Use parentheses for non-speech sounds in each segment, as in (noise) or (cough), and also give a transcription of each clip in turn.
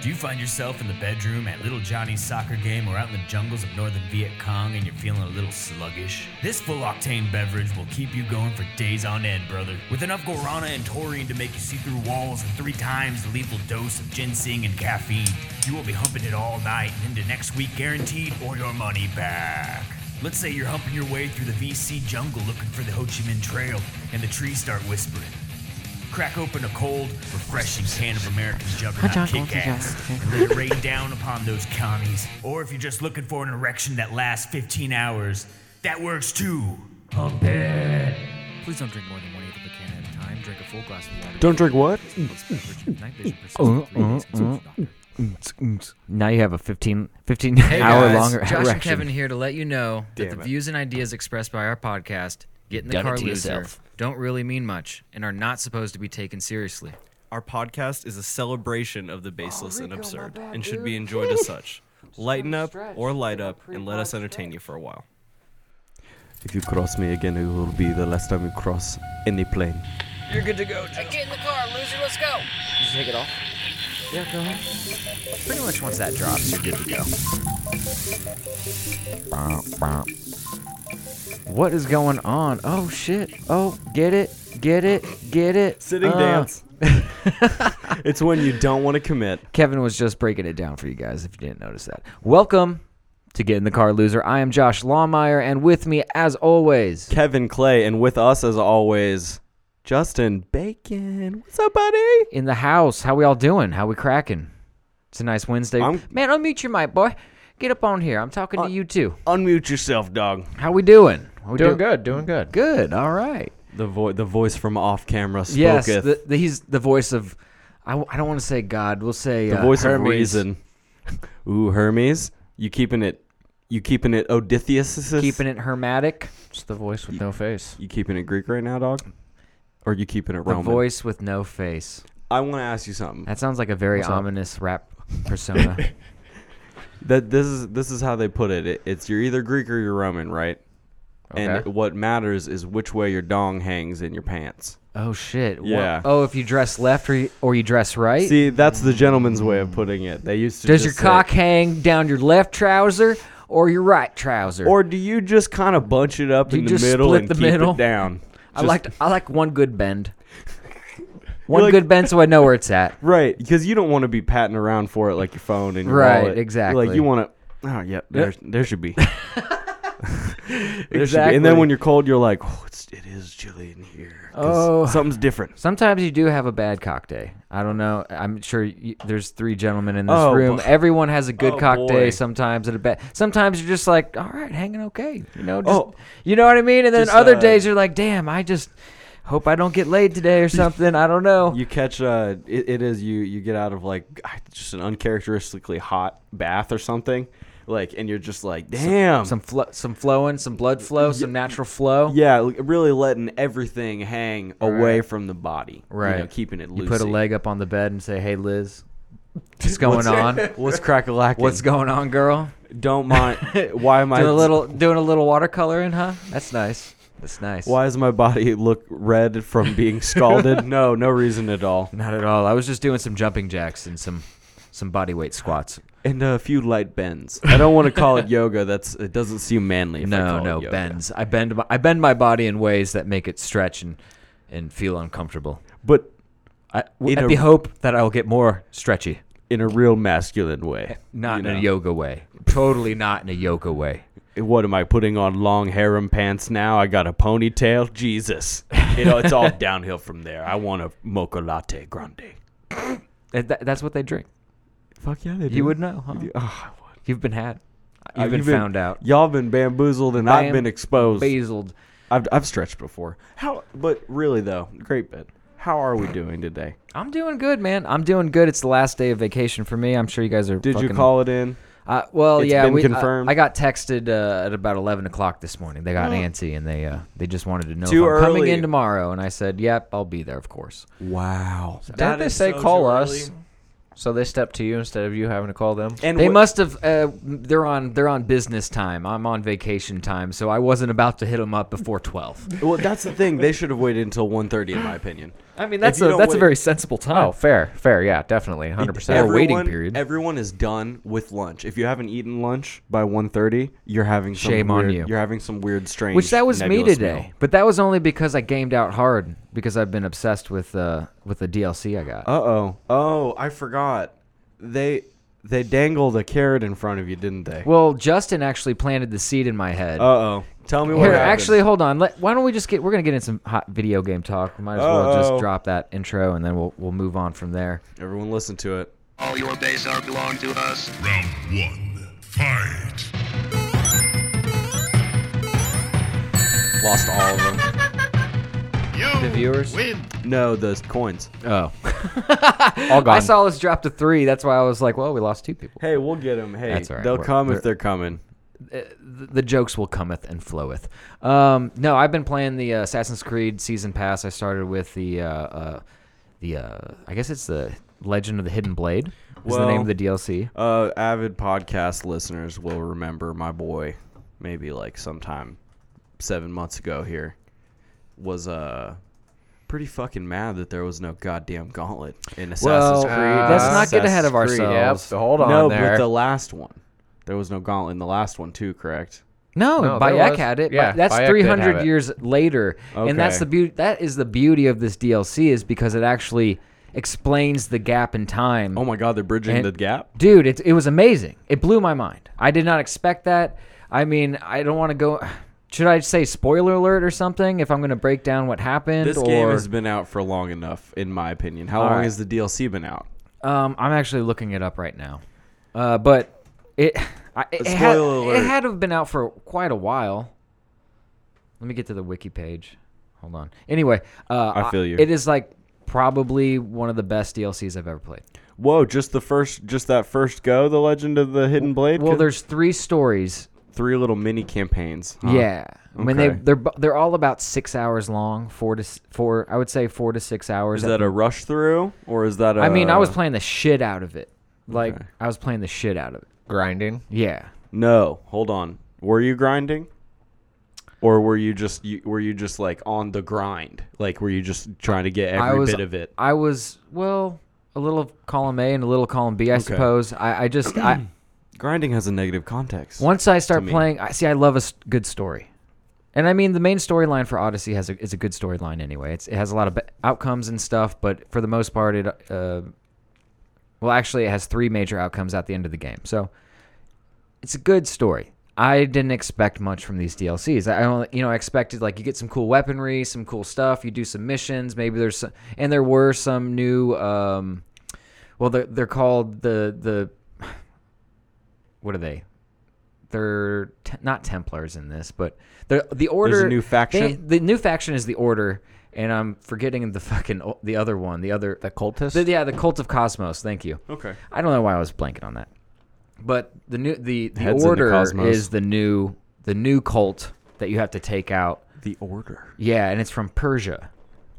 Do you find yourself in the bedroom at Little Johnny's soccer game or out in the jungles of northern Viet Cong and you're feeling a little sluggish? This full octane beverage will keep you going for days on end, brother. With enough guarana and taurine to make you see through walls and three times the lethal dose of ginseng and caffeine, you will be humping it all night and into next week guaranteed or your money back. Let's say you're humping your way through the VC jungle looking for the Ho Chi Minh Trail and the trees start whispering. Crack open a cold, refreshing can of American Juggernaut Jungle, Kick Ass Jungle, and let it rain down upon those commies. Or if you're just looking for an erection that lasts 15 hours, that works too. Pump it. Please don't drink more than one eighth of a can at a time. Drink a full glass of water. Don't drink what? This beverage with night vision persists for three days consult your doctor. mm, Now you have a 15, 15 Hey (laughs) hour guys, long Josh erection. and Kevin here to let you know that Damn the it. views and ideas expressed by our podcast, Get in the Done it Car to Loser, yourself. don't really mean much and are not supposed to be taken seriously. Our podcast is a celebration of the baseless and absurd and should be enjoyed as such. Lighten up or light up and let us entertain you for a while. If you cross me again, it will be the last time you cross any plane. Get in the car, loser. Let's go. Pretty much once that drops, you're good to go. What is going on? Oh shit! Oh, get it, get it, get it. (laughs) Sitting Uh, dance. (laughs) it's when you don't want to commit. Kevin was just breaking it down for you guys. If you didn't notice that, welcome to Get in the Car, Loser. I am Josh Lawmeyer, and with me, as always, Kevin Clay, and with us as always, Justin Bacon. What's up, buddy? in the house. How we all doing? How we cracking? It's a nice Wednesday. I'm- Man, unmute your mic, boy. Get up on here. I'm talking to you too. Unmute yourself, dog. How we (laughs) doing? How we Doing good, doing good. Good. All right. The vo- the voice from off camera spoketh. Yes, the, the, the, he's the voice of. I, w- I don't want to say God. We'll say uh, voice Hermes. of reason. Ooh, Hermes, you keeping it? You keeping it Odysseus? Keeping it hermetic. It's the voice with no face. You keeping it Greek right now, dog? Or you keeping it The Roman? voice with no face. I want to ask you something. That sounds like a very What's up? ominous rap (laughs) persona. That this is this is how they put it. it it's you're either Greek or you're Roman, right? And Okay. what matters is which way your dong hangs in your pants. oh shit. Wha- Yeah. oh, if you dress left or you, or you dress right. See, that's the gentleman's way of putting it. They used to. Does just your say- cock hang down your left trouser or your right trouser? Or do you just kind of bunch it up Do in you the just middle split and the keep middle? it down? I Just- like to- I like one good (laughs) bend. One like- good bend, so I know where it's at. right because you don't want to be patting around for it like your phone and your Right, wallet. exactly. Like you want to. Oh yeah, there, there (laughs) should be. There should be. Exactly. And then when you're cold, you're like, oh, it's, it is chilly in here. 'cause Oh. something's different. Sometimes you do have a bad cock day. I don't know. I'm sure you, there's three gentlemen in this Oh, room. boy. Everyone has a good Oh, cock day boy. sometimes and a bad. Sometimes you're just like, all right, hanging okay. You know, just, Oh. you know what I mean. And then Just, other uh, days you're like, damn, I just hope I don't get laid today (laughs) or something. I don't know. You catch uh, it, it is you. You get out of like just an uncharacteristically hot bath or something, like, and you're just like, damn. some flo- some flowing, some blood flow, some natural flow. yeah, like, really letting everything hang away from the body. You know, Right. keeping it loose. You put a leg up on the bed and say, hey, Liz, (laughs) what's going on? What's crack a lack? What's going on, girl? Don't (laughs) mind. Why am I Doing a little doing a little watercoloring, huh? That's nice. That's nice. (laughs) Why does my body look red (laughs) from being scalded? no, no reason at all. Not at all. I was just doing some jumping jacks and some some body weight squats. And a few light bends. I don't want to call it yoga. That's it. Doesn't seem manly. If I no, call it no yoga. bends. I bend my I bend my body in ways that make it stretch and and feel uncomfortable. But I, w- In at a- the hope that I will get more stretchy, in a real masculine way. not in you a know? yoga way. Totally not in a yoga way. What am I putting on long harem pants now? I got a ponytail. Jesus. You know, it's (laughs) all downhill from there. I want a mocha latte grande. That, that- that's what they drink. Fuck yeah, they do. You would know, huh? Oh, I would. Uh, You've been had. You've I've been found out. Y'all been bamboozled and I've been Bam- exposed. Basiled. I've, I've stretched before. How? But really though, great bit. How are we doing today? I'm doing good, man. I'm doing good. It's the last day of vacation for me. I'm sure you guys are. Did you fucking- call it in? Uh, well, It's yeah, been we, I- confirmed? Oh. I, got texted uh, at about eleven o'clock this morning. They got antsy and they uh, they just wanted to know Too if I'm coming in early. tomorrow, and I said, "Yep, I'll be there, of course." Wow. Didn't That they is say so call too us? early. So they step to you instead of you having to call them. And They what- must have. Uh, they're on. They're on business time. I'm on vacation time, so I wasn't about to hit them up before twelve. Well, that's the thing. They should have waited until 1.30, in my opinion. I mean, that's you a don't that's a wait- very sensible time. Oh, fair, fair, yeah, definitely, hundred Every- percent. waiting period. Everyone is done with lunch. If you haven't eaten lunch by 1.30, you're having some Shame on weird- you. You're having some weird, strange. Which that was me nebulous today, meal. but that was only because I gamed out hard because I've been obsessed with uh with the DLC I got. Uh oh. Oh, I forgot. They they dangled a carrot in front of you, didn't they? well, Justin actually planted the seed in my head. uh oh. Tell me what Here, happened. actually, hold on. Let, why don't we just get? We're gonna get in some hot video game talk. We might as well Uh-oh. just drop that intro and then we'll we'll move on from there. Everyone listen to it. All your days are belong to us. Round one, fight. Lost all of them. You The viewers. (laughs) win. No, the coins. Oh, All gone. I saw us drop to three. That's why I was like, well, we lost two people. Hey, we'll get them. Hey, That's all right. they'll We're- come we're- if they're coming. th- the jokes will cometh and floweth. Um, no, I've been playing the uh, Assassin's Creed season pass. I started with the uh, uh, the uh, I guess it's the Legend of the Hidden Blade. Is the name Well- of the DLC? Uh, avid podcast listeners will remember my boy, maybe like sometime seven months ago here, was uh pretty fucking mad that there was no goddamn gauntlet in Assassin's Creed. let's not get ahead of Assassin's Creed. ourselves. uh, Yep, hold on no, there. but the last one, there was no gauntlet in the last one too, correct? No, No, there Bayek was- had it. yeah, Yeah, that's Bayek did have 300 it. years later, and that's Okay. the beauty. That is the beauty of this DLC is because it actually explains the gap in time. Oh my god, they're bridging And- the gap. dude it, it was amazing it blew my mind i did not expect that i mean i don't want to go (sighs) should i say spoiler alert or something if i'm going to break down what happened This or game has been out for long enough, in my opinion. How long right. has the DLC been out? um, i'm actually looking it up right now uh, but it I, it, had, Spoiler alert. it had to have been out for quite a while let me get to the wiki page hold on anyway uh, I feel you. it is like probably one of the best dlcs i've ever played Whoa, just the first, just that first go, the Legend of the Hidden Blade. well Could- there's three stories three little mini campaigns. huh? Yeah. When they Okay. they're bu- they're all about six hours long, four to s- four. I would say four to six hours. Is at that a rush through or is that a? the- uh, I mean, I was playing the shit out of it. Like Okay. I was playing the shit out of it. Grinding. Yeah. No, hold on. Were you grinding? Or were you just you, were you just like on the grind? Like were you just trying to get I every was, bit of it? I was well, a little of column A and a little column B, I suppose. I, I just I Grinding has a negative context. once I start me. playing, I see. I love a s- good story, and I mean the main storyline for Odyssey has a, is a good storyline anyway. It's, it has a lot of b- outcomes and stuff, but for the most part, it uh, well actually it has three major outcomes at the end of the game. So it's a good story. I didn't expect much from these DLCs. I only, you know, I expected like you get some cool weaponry, some cool stuff. You do some missions. Maybe there's some, and there were some new. Um, well, they're, they're called the the. What are they? They're te- not Templars in this, but they're the order. new faction? they- the new faction is the order, and I'm forgetting the fucking o- the other one. The other The cultist. the- yeah, the Cult of Cosmos. Thank you. Okay. I don't know why I was blanking on that, but the new the, the Heads in the order cosmos. is the new the new cult that you have to take out. The order. Yeah, and it's from Persia.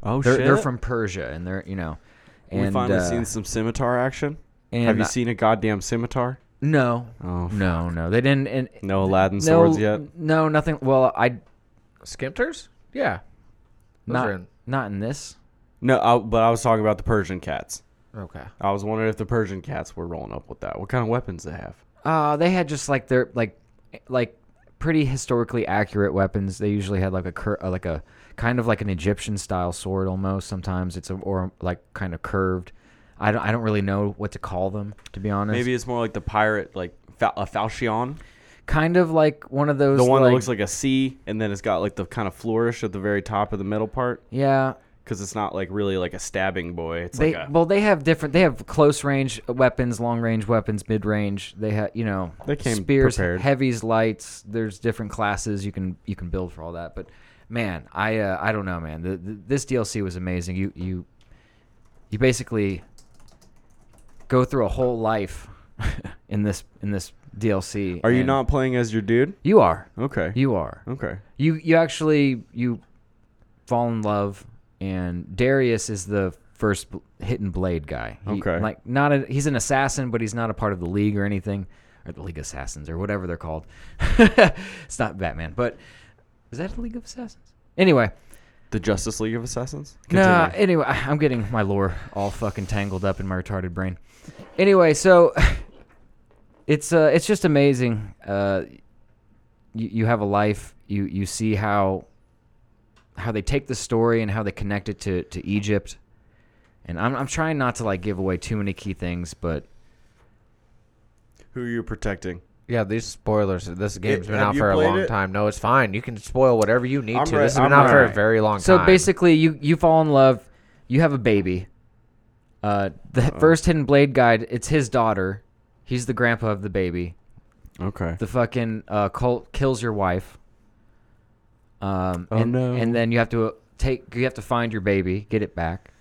Oh They're shit. they're from Persia, and they're you know. And, we finally uh, seen some scimitar action. and Have you I- seen a goddamn scimitar? No, Oh, no, no. They didn't. And, No Aladdin no, swords yet. No, nothing. Well, I Skimters. Yeah. Those not are in- not in this. No, I, but I was talking about the Persian cats. Okay. I was wondering if the Persian cats were rolling up with that. What kind of weapons they have? Uh, they had just like their like like pretty historically accurate weapons. They usually had like a cur- uh, like a kind of like an Egyptian style sword almost. Sometimes it's a, or like kind of curved. I don't I don't really know what to call them to be honest. Maybe it's more like the pirate, like fa- a falchion, kind of like one of those the one that looks like a C, and then it's got like the kind of flourish at the very top of the middle part, yeah. because it's not like really like a stabbing boy. It's They like a well they have different they have close range weapons, long range weapons, mid range. They have you know They came spears, prepared. heavies, lights. There's different classes you can you can build for all that. But man, I uh, I don't know, man. The, the, this DLC was amazing. You you you basically go through a whole life (laughs) in this in this DLC. Are you and- not playing as your dude? You are. Okay. You are. okay. You you actually you fall in love, and Darius is the first bl- hit and blade guy. He- Okay. Like not a, he's an assassin, but he's not a part of the league or anything, or the League of Assassins or whatever they're called. (laughs) it's not Batman, but is that a League of Assassins? Anyway, The Justice League of Assassins? no. Continue. anyway, (sighs) I'm getting my lore all fucking tangled up in my retarded brain. Anyway, so (sighs) it's uh, it's just amazing. Uh, you you have a life. You you see how how they take the story and how they connect it to to Egypt. And I'm I'm trying not to like give away too many key things, but Who are you protecting? Yeah, these spoilers. This game's been have out you for a played long it? time. No, it's fine. You can spoil whatever you need I'm to. re- this has been I'm out for a alright. very long so time. basically you you fall in love, you have a baby. Uh, the first Hidden Blade guide, it's his daughter. He's the grandpa of the baby. Okay. the fucking uh, cult kills your wife. Um, Oh, and, no. And then you have to uh, take, you have to find your baby, get it back,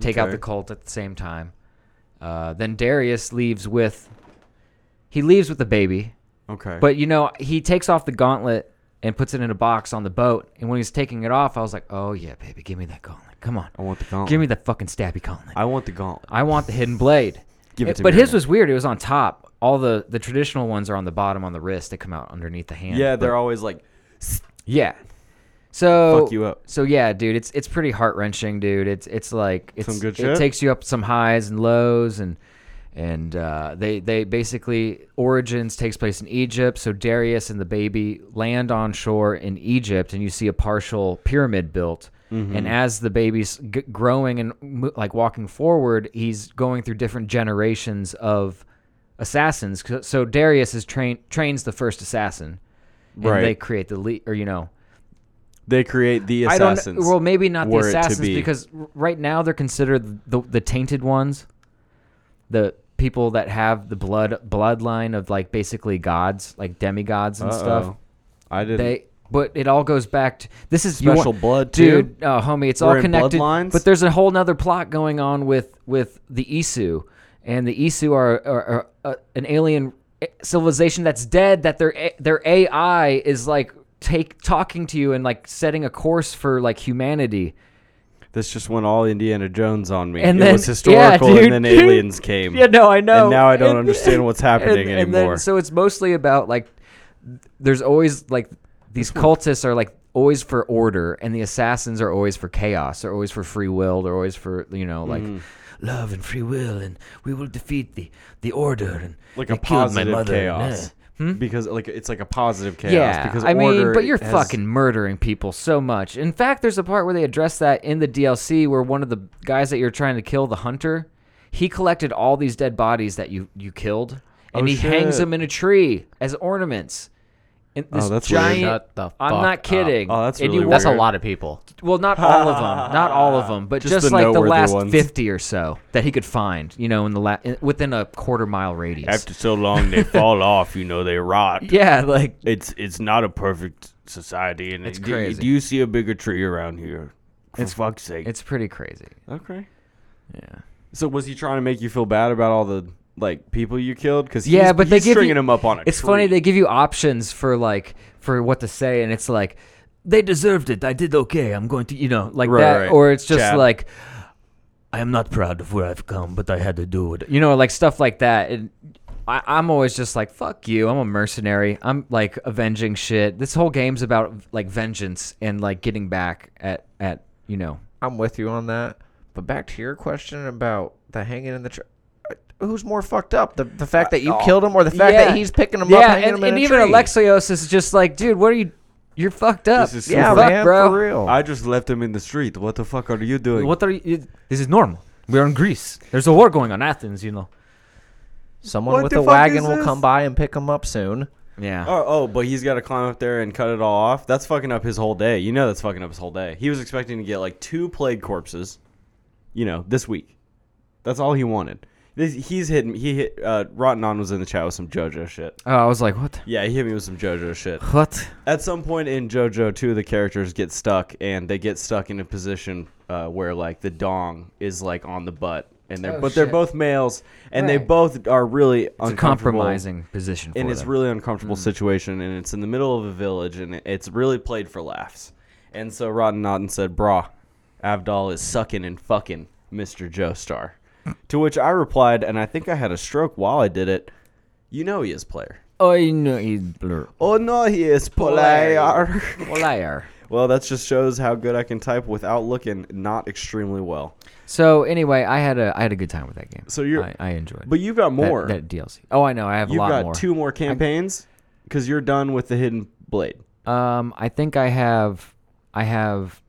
take out Okay. the cult at the same time. Uh, then Darius leaves with, he leaves with the baby, okay. but you know he takes off the gauntlet and puts it in a box on the boat. And when he's taking it off, I was like, oh yeah, baby, give me that gauntlet. Come on, I want the gauntlet. give me the fucking stabby gauntlet. I want the gauntlet. I want the hidden blade. Give it to but me. his was weird. It was on top. All the the traditional ones are on the bottom on the wrist. They come out underneath the hand. Yeah, they're But- always like, yeah. So Fuck you up. So yeah, dude, it's it's pretty heart wrenching, dude. It's it's like it's Some good it shit? takes you up some highs and lows and and uh, they they basically origins takes place in Egypt. So Darius and the baby land on shore in Egypt, and you see a partial pyramid built. Mm-hmm. And as the baby's g- growing and mo- like walking forward, he's going through different generations of assassins. So- So Darius is train trains the first assassin, and Right. they create the le- or you know they create the I assassins. don't. Well, maybe not the were it to assassins be. because r- right now they're considered the the tainted ones, the people that have the blood bloodline of like basically gods, like demigods and stuff. Uh-oh. I didn't. They. But it all goes back to this is you Special want- blood, too? dude. Oh, homie, it's We're all in connected. bloodlines? But there's a whole nother plot going on with with the Isu, and the Isu are, are, are uh, an alien eh, civilization that's dead. That their A- their AI is like take talking to you and like setting a course for like humanity. this just went all Indiana Jones on me. And it then- was (laughs) yeah, historical, dude. and then aliens came. Yeah, no, I know. And now (laughs) I don't understand what's happening and- and then- anymore. so it's mostly about like there's always like (laughs) these cultists are like always for order, and the assassins are always for chaos. They're always for free will. They're always for you know like. Mm. Love and free will, and we will defeat the the order and like they a killed my positive mother, uh, chaos. yeah. Hmm? Because like it's like a positive chaos. Yeah, because I mean, order but you're has- fucking murdering people so much. In fact, there's a part where they address that in the DLC where one of the guys that you're trying to kill, the hunter, he collected all these dead bodies that you you killed, and Oh, he hangs shit. them in a tree as ornaments. And this Oh, that's weird. giant. Shut the I'm fuck not up. kidding. Oh, that's And really you- that's a weird. lot of people. Well, not all of them, not all of them, but Just just, the like the noteworthy last ones. 50 or so that he could find. You know, in the la- in, within a quarter mile radius. so long (laughs) they fall off, you know, they rot. yeah, like It's it's not a perfect society and It's do- crazy. Do you see a bigger tree around here? For fuck's sake. it's pretty crazy. Okay. Yeah. So was he trying to make you feel bad about all the like people you killed? Because Yeah, but they he's give stringing you, them up on a. It's funny tree. they give you options for like for what to say, and it's like they deserved it. I did okay. I'm going to you know like Right, that, right. or it's just Jab. like I am not proud of where I've come, but I had to do it. You know, like stuff like that. And I, I'm always just like fuck you. I'm a mercenary. I'm like avenging shit. This whole game's about like vengeance and like getting back at at you know. I'm with you on that. But back to your question about the hanging in the tree. Who's more fucked up? The, the fact that you Uh, killed him or the fact Yeah. that he's picking him yeah, up, hanging and, him in and a even tree? Alexios is just like, dude, what are you? You're fucked up. This is Uh, Yeah, fuck, man, bro. for real. I just left him in the street. What the fuck are you doing? What are you? This is normal. We're in Greece. There's a war going on Athens, you know. Someone What with the a fuck wagon is will this? come by and pick him up soon. Yeah. Oh, oh, but he's got to climb up there and cut it all off. That's fucking up his whole day. You know that's fucking up his whole day. He was expecting to get like two plague corpses, you know, this week. That's all he wanted. This, he's hitting. He hit. Uh, Rotten on was in the chat with some JoJo shit. Oh, I was like, what? Yeah, he hit me with some JoJo shit. What? At some point in JoJo, two of the characters get stuck, and they get stuck in a position uh, where like the dong is like on the butt, and they're Oh, but they're shit. both males, and they Right. both are really It's a compromising position for and it's them. Mm. really uncomfortable situation and it's in the middle of a village and it- it's really played for laughs and so rotten Naughton said brah abdal is sucking and fucking Mr. (laughs) Joestar. to which I replied, and I think I had a stroke while I did it. You know he is player. I Oh, know he's blur. Oh no, he is player. Liar. well, that just shows how good I can type without looking. Not extremely well. So anyway, I had a I had a good time with that game. So you're- I, I enjoyed. But you've got that, more. that DLC. Oh, I know. I have a you've lot got more. two more campaigns because you're done with the hidden blade. Um, I think I have. I have.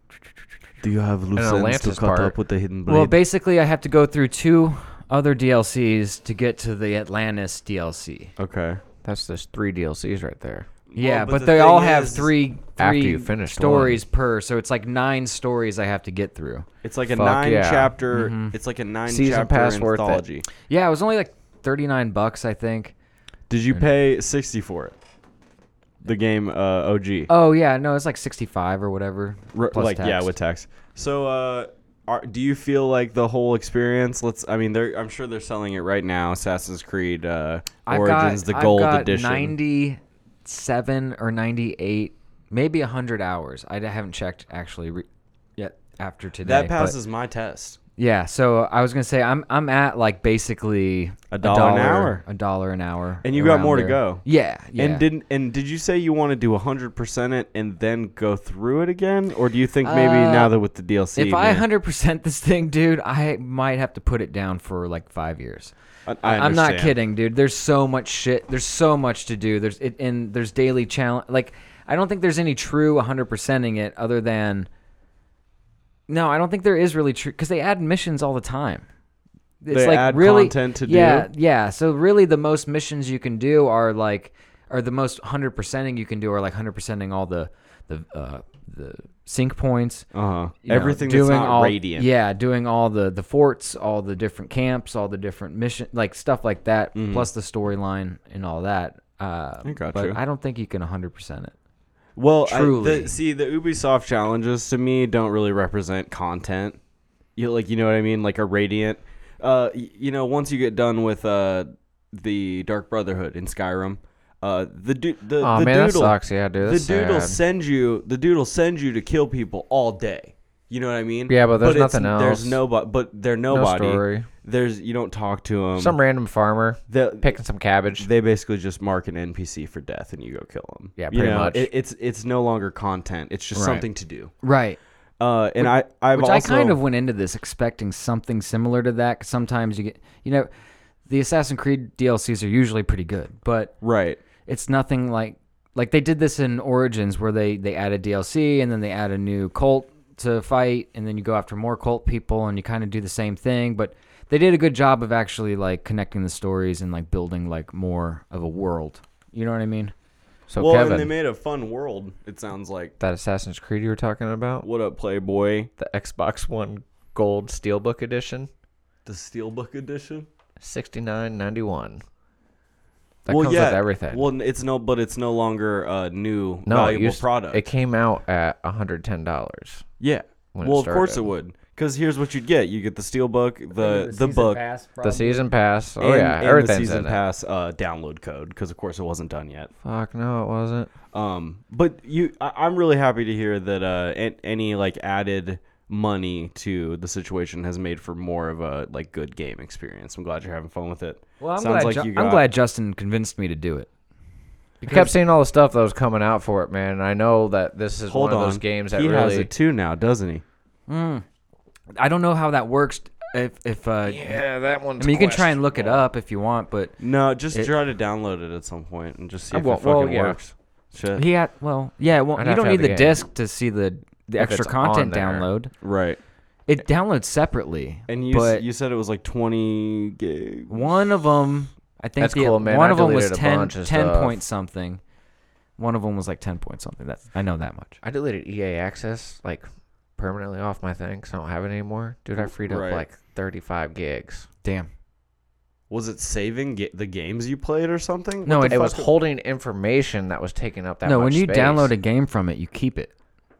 Do you have Lucens to Atlantis cut part. up with the hidden Well, basically, I have to go through two other DLCs to get to the Atlantis DLC. okay. That's just three DLCs right there. Yeah, but but, the they all thing have is- three After three you finish the stories per, so it's like nine stories I have to get through. It's like a Fuck nine yeah. chapter. Mm-hmm. It's like a nine Season chapter pass worth it. anthology. Yeah, it was only like thirty nine bucks, I think. Did you pay sixty for it? The game uh, OG. Oh yeah, no, it's like sixty five or whatever. R- plus like yeah, tax. with tax. So, uh, are, do you feel like the whole experience? Let's. I mean, they're. I'm sure they're selling it right now. Assassin's Creed uh, I've Origins, got, the gold I've got edition. Ninety seven or ninety eight, maybe hundred hours. I d- haven't checked actually re- yet after today. that but- passes my test. yeah, so I was gonna say I'm I'm at like basically A dollar an hour. a dollar an hour, And you got around more to there. go. Yeah, yeah. And didn't and did you say you want to do 100% it and then go through it again or do you think maybe Uh, now that with the DLC if I man, hundred percent this thing, dude, I might have to put it down for like five years. I, I I'm not understand. kidding, dude. There's so much shit. There's so much to do. There's it, and there's daily challenge. Like I don't think there's any true 100%ing it other than. No, I don't think there is really true because they add missions all the time. It's They like add really content to yeah, do? yeah. So really, the most missions you can do are like are the most hundred percenting you can do are like hundred percenting all the the uh, the sync points Uh-huh. you know, Everything that's not all, radiant. Yeah, doing all the the forts, all the different camps, all the different mission, like stuff like that, plus the storyline and all that. Uh, Mm-hmm. I got but you. I don't think you can 100 percent it. Well, I- Truly. the, see, the Ubisoft challenges to me don't really represent content. You like, you know what I mean? Like a radiant. Uh, y- you know, once you get done with uh the Dark Brotherhood in Skyrim, uh, the du- the, Aw, the Oh, man, that doodle, sucks. Yeah, dude, that's the doodle sad. send you the doodle send you to kill people all day. You know what I mean? Yeah, but there's it's- nothing There's else. nobody, but they're nobody. story. There's you don't talk to them. Some random farmer the, picking some cabbage. they basically just mark an NPC for death and you go kill them. Yeah, You pretty know, much. It, it's it's no longer content. It's just Right. something to do. Right. Uh, and I I've Which also I kind of went into this expecting something similar to that. 'cause sometimes you get, you know, the Assassin's Creed DLCs are usually pretty good, but right. it's nothing like like they did this in Origins where they they add a DLC and then they add a new cult to fight and then you go after more cult people and you kind of do the same thing but they did a good job of actually like connecting the stories and like building like more of a world. You know what I mean? So well, and they Oh, Kevin, made a fun world. It sounds like that Assassin's Creed you were talking about, what up, Playboy? the Xbox One Gold Steelbook Edition, The Steelbook Edition. sixty nine ninety one. That well, comes yeah. with everything. Well, n- it's no, but it's no longer a new no, it valuable used- product. It came out at one hundred ten dollars. yeah. when it Well, of course it started. would. Because here's what you'd get: you get the Steelbook, the the book, The season pass. Oh and, yeah, and the everything's season in it. pass uh, download code. Because of course it wasn't done yet. Fuck no, it wasn't. Um, but you, I, I'm really happy to hear that uh, an, any like added money to the situation has made for more of a like good game experience. I'm glad you're having fun with it. Well, I'm Sounds glad like Ju- you I'm got- glad Justin convinced me to do it. You kept seeing all the stuff that was coming out for it, man. And I know that this is Hold one on, of those games that he has really. it too now, doesn't he? I don't know how that works if if uh yeah, that I one's. mean you can try and look it up if you want, but No, just try to download it at some point and just see I if will- it fucking well, yeah. works. Shit. he had well, yeah, well, I'd you have to don't have need the the, game. disc to see the the If extra it's on content there. download. right. It downloads separately. And you but you said it was like 20 gig. one of them, I think That's the- cool, man. one I of them was deleted a 10, bunch of 10 stuff. point something. One of them was like ten point something. That's I know that much. I deleted EA Access like permanently off my thing, so I don't have it anymore. Dude, I freed up Right. like 35 gigs. Damn. Was it saving ga- the games you played or something? No, What it- the It was fuck- holding information that was taking up that. no, when much you space. download a game from it, you keep it.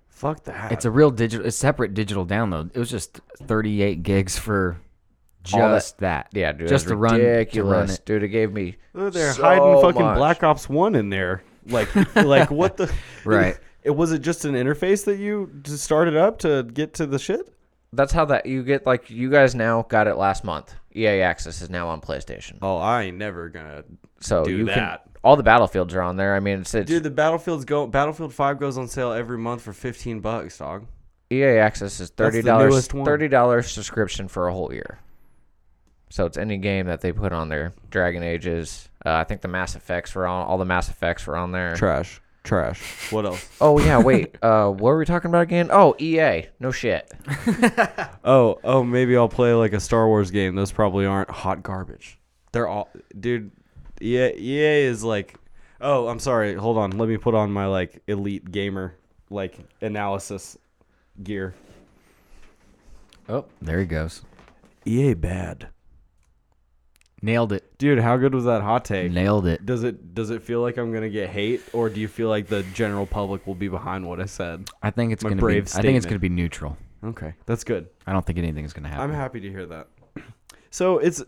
Fuck that. It's a real digital, it's separate digital download. It was just thirty eight gigs for All that- just that. yeah, dude, just it to was run, to run ridiculous, it. dude. It gave me Oh, They're so hiding fucking much. Black Ops One in there. (laughs) Like, like what the? Right. (laughs) It was it just an interface that you just started up to get to the shit? that's how that you get like you guys now got it last month. EA Access is now on PlayStation. Oh, I ain't never gonna So do Oh, you that. can all the battlefields are on there. I mean, it's, it's Dude, the Battlefield's go Battlefield 5 goes on sale every month for 15 bucks, dog. EA E Access That's is the thirty dollars newest one. thirty dollars subscription for a whole year. So it's any game that they put on there. Dragon Ages. Uh, I think the Mass Effects were on. All the Mass Effects were on there. Trash. Trash. What else? Oh yeah, (laughs) wait. uh, what were we talking about again? Oh, EA. No shit. Oh, oh, maybe I'll play like a Star Wars game. Those probably aren't hot garbage. They're all, dude. E EA, EA is like, oh, I'm sorry. Hold on. Let me put on my like elite gamer like analysis gear. Oh, there he goes. EA E bad, Nailed it. dude. How good was that hot take? Nailed it. Does it does it feel like I'm gonna get hate, or do you feel like the general public will be behind what I said? I think it's My gonna brave be. I think it's statement. gonna be neutral. Okay, that's good. I don't think anything's gonna happen. I'm happy to hear that. (clears throat) So it's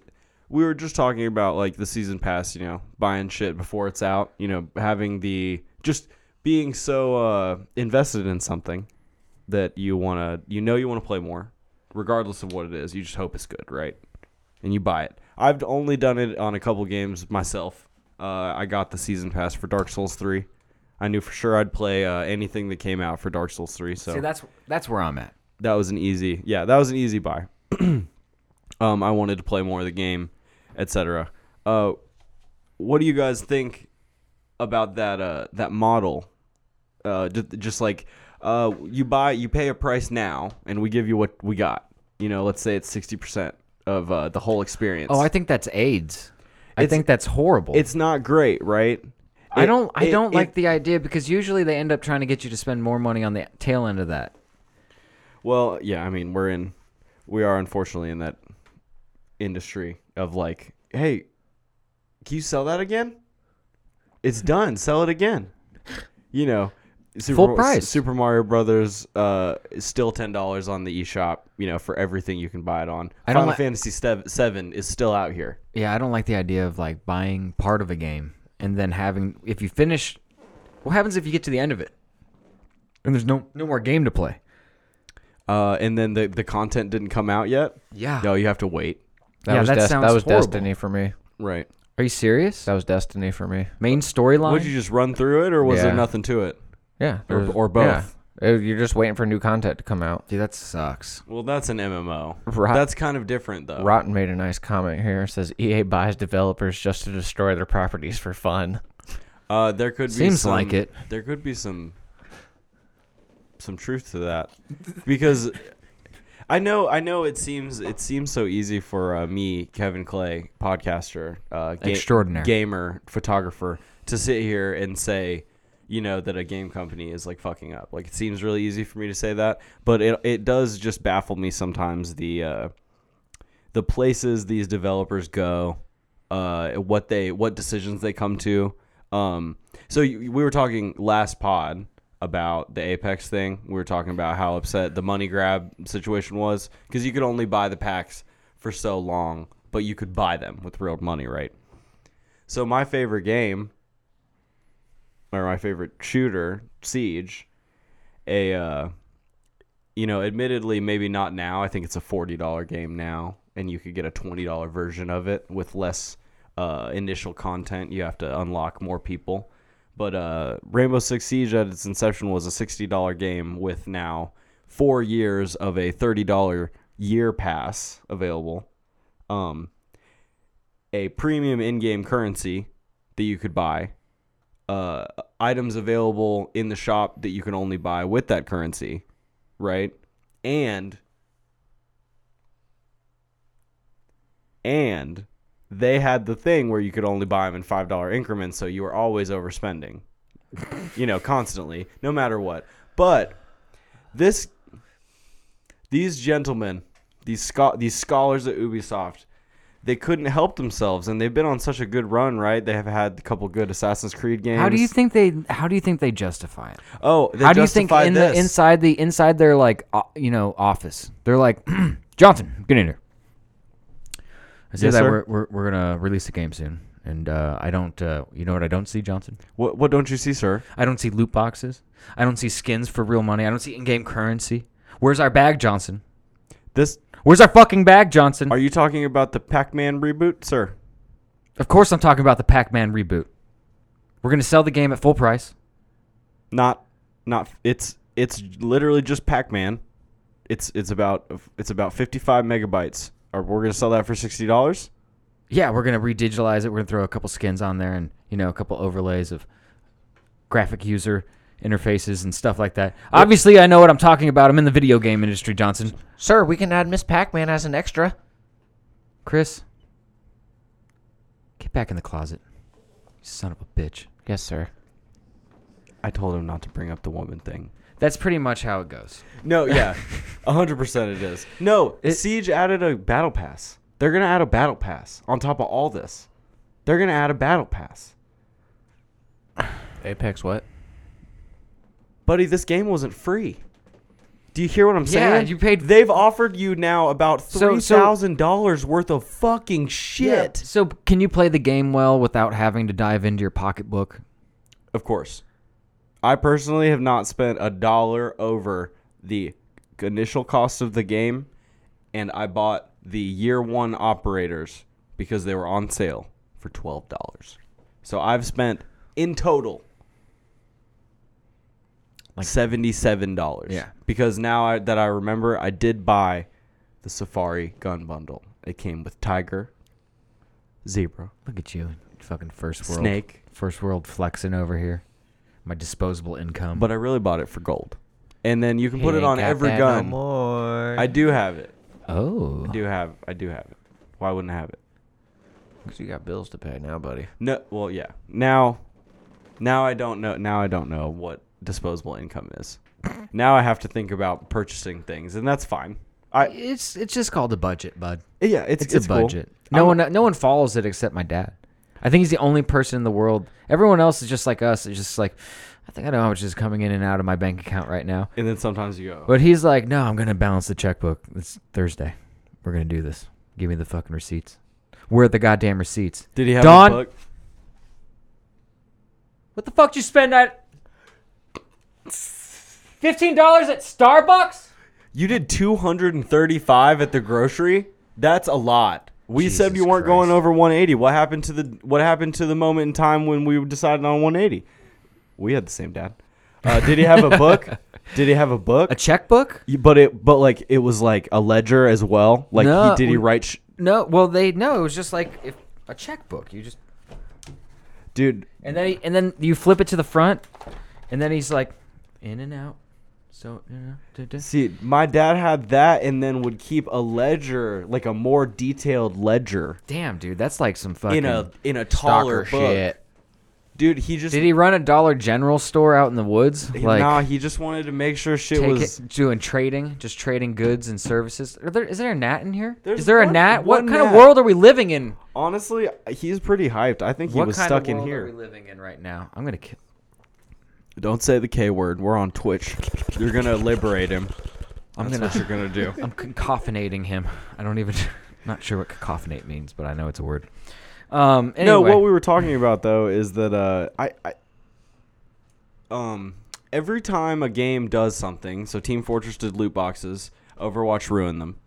we were just talking about like the season pass, you know, buying shit before it's out, you know, having the just being so uh invested in something that you want to you know you want to play more regardless of what it is. You just hope it's good, right? And you buy it. I've only done it on a couple games myself. Uh, I got the season pass for Dark Souls 3. I knew for sure I'd play uh, anything that came out for Dark Souls 3, so See, that's that's where I'm at. that was an easy yeah that was an easy buy (clears throat) um i wanted to play more of the game etc uh what do you guys think about that uh that model uh just, just like uh you buy you pay a price now and we give you what we got you know let's say it's 60% of uh, the whole experience Oh, I think that's AIDS. I It's- think that's horrible. it's not great right I don't I It- don't it- like the idea because usually they end up trying to get you to spend more money on the tail end of that. Well, yeah, I mean, we're in, we are unfortunately in that industry of like, hey, can you sell that again? It's done. Sell it again. You know, Super, Full price. Super Mario Brothers uh, is still ten dollars on the eShop. You know, for everything you can buy it on. I don't Final li- Fantasy Sev- Seven is still out here. Yeah, I don't like the idea of like buying part of a game and then having if you finish what happens if you get to the end of it? And there's no no more game to play. Uh, and then the, the content didn't come out yet. Yeah. No, you have to wait. That Yeah, was that des- sounds that was horrible. destiny for me. Right. Are you serious? That was destiny for me. Main storyline? Would you just run through it, or was there Yeah. nothing to it? Yeah. Or- there's- or both. yeah. Uh, You're just waiting for new content to come out. Dude, that sucks. Well, that's an MMO. Right. That's kind of different, though. Rotten made a nice comment here. It says EA buys developers just to destroy their properties for fun. Uh, there could be Seems some- like it. There could be some some truth to that because I know I know it seems it seems so easy for uh, me Kevin Clay podcaster uh, ga- Extraordinary. gamer photographer to sit here and say you know that a game company is like fucking up like it seems really easy for me to say that but it it does just baffle me sometimes the uh, the places these developers go, uh, what they what decisions they come to. Um, so you, we were talking last pod about the Apex thing. We were talking about how upset the money grab situation was because you could only buy the packs for so long, but you could buy them with real money, right? So my favorite game, or my favorite shooter, Siege, a uh, you know, admittedly, maybe not now. I think it's a forty dollar game now, and you could get a twenty dollar version of it with less uh, initial content. You have to unlock more people. But uh, Rainbow Six Siege at its inception was a sixty dollar game with now four years of a thirty dollar year pass available, um, a premium in game currency that you could buy, uh, items available in the shop that you can only buy with that currency right? And and they had the thing where you could only buy them in five dollar increments, so you were always overspending, you know, constantly, no matter what. But this, these gentlemen, these scho- these scholars at Ubisoft. They couldn't help themselves, and they've been on such a good run, right? They have had a couple good Assassin's Creed games. How do you think they how do you think they justify it? Oh, they how do you think justify in this. the inside the inside their like o you know office they're like (clears throat) johnson get in here i see Yes, that sir. we're, we're, we're gonna release the game soon and uh, i don't uh, you know what i don't see johnson What, what don't you see, sir? i don't see loot boxes i don't see skins for real money i don't see in-game currency where's our bag johnson This Where's our fucking bag, Johnson? are you talking about the Pac-Man reboot, sir? of course, I'm talking about the Pac-Man reboot. We're gonna sell the game at full price. Not, not. It's it's literally just Pac-Man. It's it's about it's about 55 megabytes. Are we're gonna sell that for sixty dollars? Yeah, we're gonna redigitalize it. We're gonna throw a couple skins on there, and you know, a couple overlays of graphic user interfaces and stuff like that. Obviously, I know what I'm talking about. I'm in the video game industry, Johnson. Sir, we can add Miss Pac-Man as an extra. Chris, get back in the closet. You son of a bitch. Yes, sir. I told him not to bring up the woman thing. That's pretty much how it goes. No, (laughs) yeah, hundred percent it is. No, Siege added a battle pass. They're gonna add a battle pass on top of all this. They're gonna add a battle pass, Apex what? buddy. This game wasn't free. Do you hear what I'm Yeah, saying? you paid- They've offered you now about So- three so- thousand dollars worth of fucking shit. So can you play the game well without having to dive into your pocketbook? Of course. I personally have not spent a dollar over the initial cost of the game, and I bought the year one operators because they were on sale for $12. So I've spent in total $77. Yeah. Because now I, that I remember, I did buy the Safari gun bundle. It came with Tiger, Zebra, Look at you, fucking first world Snake. first world flexing over here. My disposable income. but I really bought it for gold. And then you can put it Ain't on got every that no gun. more. I do have it. oh, I do have. I do have it. Why wouldn't I have it? 'Cause you got bills to pay now, buddy. No. Well, yeah. Now, now I don't know. Now I don't know what disposable income is. now I have to think about purchasing things, and that's fine. I it's it's just called a budget, bud. yeah. It's It's, a cool. budget. No one no one follows it except my dad. I think he's the only person in the world. Everyone else is just like us. It's just like I think I know how much is coming in and out of my bank account right now. And then sometimes you go. But he's like, no, I'm gonna balance the checkbook. It's Thursday. We're gonna do this. Give me the fucking receipts. Where are the goddamn receipts? Did he have Don- a book? What the fuck did you spend that? Fifteen dollars at Starbucks? You did two hundred and thirty-five at the grocery. That's a lot. We said Jesus you weren't going Christ. over one eighty. What happened to the What happened to the moment in time when we decided on one eighty? We had the same dad. Uh, did he have (laughs) a book? did he have a book? A checkbook? You- But it, but like it was like a ledger as well. Like No, he, did he we- write? Sh- No. Well, they no. It was just like if, a checkbook. You just dude, and then he, and then you flip it to the front, and then he's like, in and out. So you know, duh, duh. see, my dad had that, and then would keep a ledger, like a more detailed ledger damn, dude, that's like some fucking. in a in a taller Stalker book. shit. Dude, he just did he run a Dollar General store out in the woods? Like, nah, he just wanted to make sure shit take was. it, doing trading, just trading goods and services. Are there, is there a gnat in here? There's Is there a one- gnat? What one kind of gnat. world are we living in? Honestly, he's pretty hyped. I think he what was kind stuck of world in are we here. living in right now? I'm gonna kill. Don't say the K word. We're on Twitch. You're gonna liberate him. I'm That's gonna. what you're gonna do. (laughs) I'm cacophinating him. I don't even. (laughs) Not sure what cacophonate means, but I know it's a word. Um. Anyway. No, what we were talking about though is that uh, I, I, um, every time a game does something, so Team Fortress did loot boxes, Overwatch ruined them.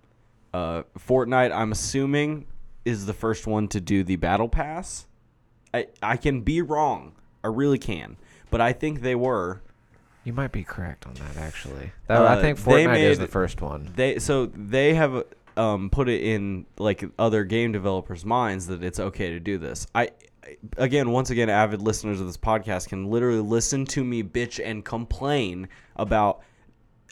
Uh, Fortnite, I'm assuming, is the first one to do the battle pass. I I can be wrong, I really can, but I think they were. You might be correct on that, actually. That, Uh, I think they Fortnite is made- the first one. They so they have um, put it in like other game developers' minds that it's okay to do this. I I- again, once again, avid listeners of this podcast can literally listen to me bitch and complain about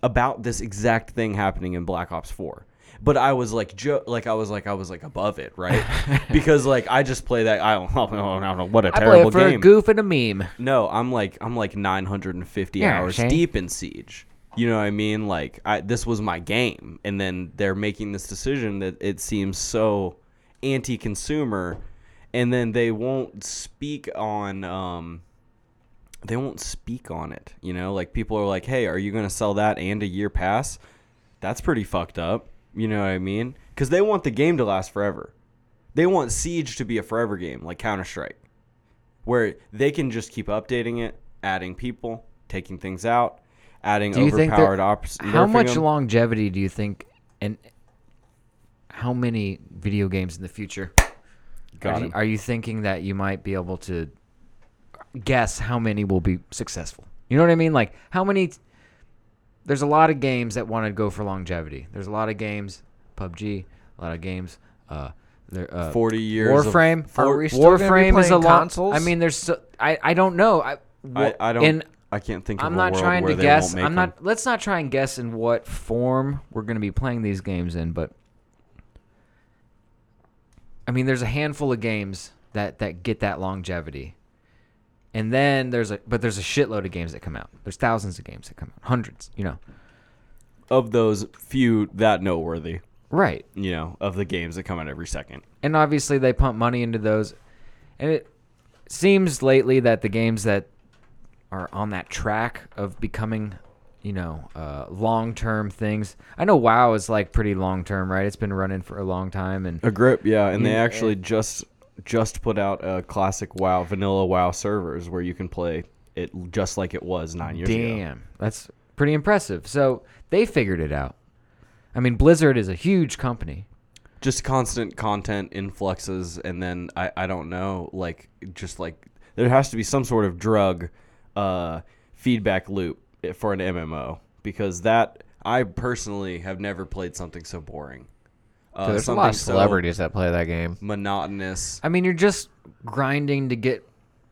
about this exact thing happening in Black Ops 4. But I was like, jo- like I was like, I was like above it, (laughs) right? because like I just play that. I don't, (laughs) I don't know, I don't know what a I play terrible it for game. a goof and a meme. No, I'm like I'm like 950 Yeah, hours okay. deep in Siege. You know what I mean? Like I, this was my game, and then they're making this decision that it seems so anti-consumer, and then they won't speak on. Um, they won't speak on it. You know, like people are like, "Hey, are you going to sell that and a year pass?" That's pretty fucked up. You know what I mean? Because they want the game to last forever. They want Siege to be a forever game, like Counter Strike where they can just keep updating it, adding people, taking things out, adding Do you think that- overpowered ops. How nerfing much them. longevity do you think an how many video games in the future Got are, you, him. are you thinking that you might be able to guess how many will be successful? You know what I mean? Like how many? There's a lot of games that want to go for longevity. There's a lot of games, PUBG, a lot of games. Uh, there, uh, 40 years of- Warframe. Are Or- we still gonna be Warframe is a playing lot. consoles? I mean, there's. So, I I don't know. I I, I don't. and I can't think. Of I'm a not world trying where to they guess. Won't make I'm them. not. Let's not try and guess in what form we're going to be playing these games in. But I mean, there's a handful of games that that get that longevity, and then there's a but there's a shitload of games that come out. There's thousands of games that come out, hundreds. You know, of those few that noteworthy. right? You know, of the games that come out every second. and obviously they pump money into those and it seems lately that the games that are on that track of becoming you know uh, long-term things i know wow is like pretty long-term right it's been running for a long time and A grip, yeah, and they actually just just put out a classic WoW vanilla WoW servers where you can play it just like it was nine years ago. damn that's pretty impressive so they figured it out i mean blizzard is a huge company Just constant content influxes, and then I I don't know, like just like there has to be some sort of drug uh, feedback loop for an MMO because that I personally have never played something so boring. Uh, there's a something lot of so celebrities that play that game. monotonous i mean you're just grinding to get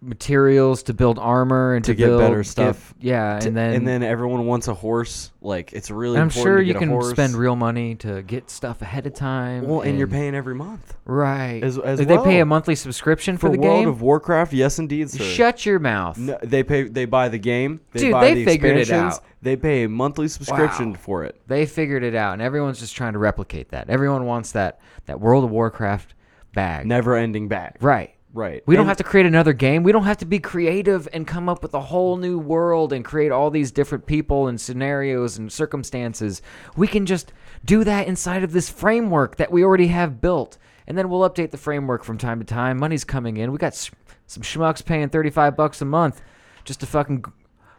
materials to build armor and to, To get build- better stuff. yeah to- and then and then everyone wants a horse. Like it's really. And I'm important sure to you get a can horse. spend real money to get stuff ahead of time. Well, and you're paying every month right. as- as Do they pay a well. monthly subscription for, for the World game? of Warcraft. Yes, indeed, sir. Shut your mouth. No, they pay. They buy the game. They Dude, buy they the figured it expansions, out. They pay a monthly subscription Wow. for it. They figured it out, and everyone's just trying to replicate that. Everyone wants that that World of Warcraft bag. Never ending back. Right. Right. We don't And- have to create another game. We don't have to be creative and come up with a whole new world and create all these different people and scenarios and circumstances. We can just do that inside of this framework that we already have built. And then we'll update the framework from time to time. Money's coming in. We got s- some schmucks paying 35 bucks a month just to fucking g-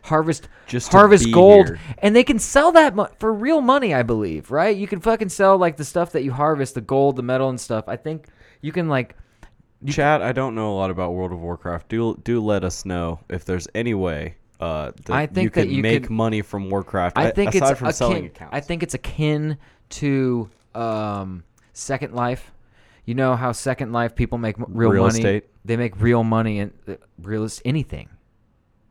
harvest Just to harvest be gold here. and they can sell that mo- for real money, I believe, right? You can fucking sell like the stuff that you harvest, the gold, the metal and stuff. I think you can like Chat. I don't know a lot about World of Warcraft. Do do let us know if there's any way. Uh, that I you think that can you make could- money from Warcraft. I a- think aside it's from akin, selling accounts. I think it's akin to um, Second Life. You know how Second Life people make m- real, Real money. estate. They make real money in uh, real est- anything,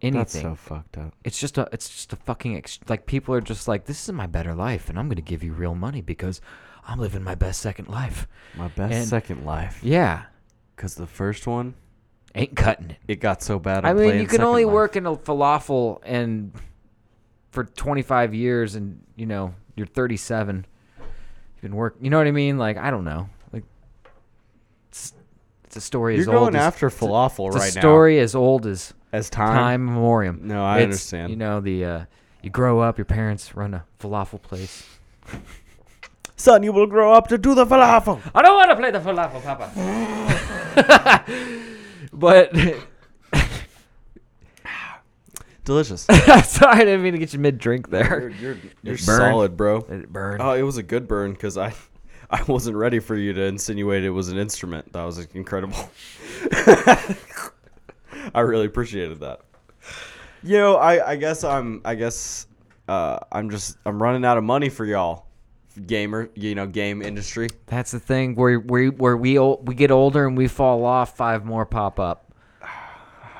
anything. that's so fucked up. it's just a it's just a fucking ex- like people are just like this is my better life and I'm gonna give you real money because I'm living my best second life. My best And- second life. Yeah, Because the first one, ain't cutting it. it got so bad. I I'm mean, playing you can Second only Life. work in a falafel and for 25 years, and you know you're 37. You've been work. You know what I mean? Like I don't know. Like it's, it's a story You're as old going as after falafel it's right a story as old as now. As time memoriam. No, I It's, understand. You know the uh, you grow up, your parents run a falafel place. Son, you will grow up to do the falafel. I don't want to play the falafel, Papa. (laughs) but (laughs) (laughs) Delicious. sorry, I didn't mean to get you mid drink you're there. you're, you're burned. solid, bro. It burned. Oh, it was a good burn because I, (laughs) I wasn't ready for you to insinuate it was an instrument. That was incredible. (laughs) I really appreciated that. You know, I, I guess I'm I guess uh, I'm just I'm running out of money for y'all, gamer. You know, game industry. That's the thing where where where we ol- we get older and we fall off. Five more pop up.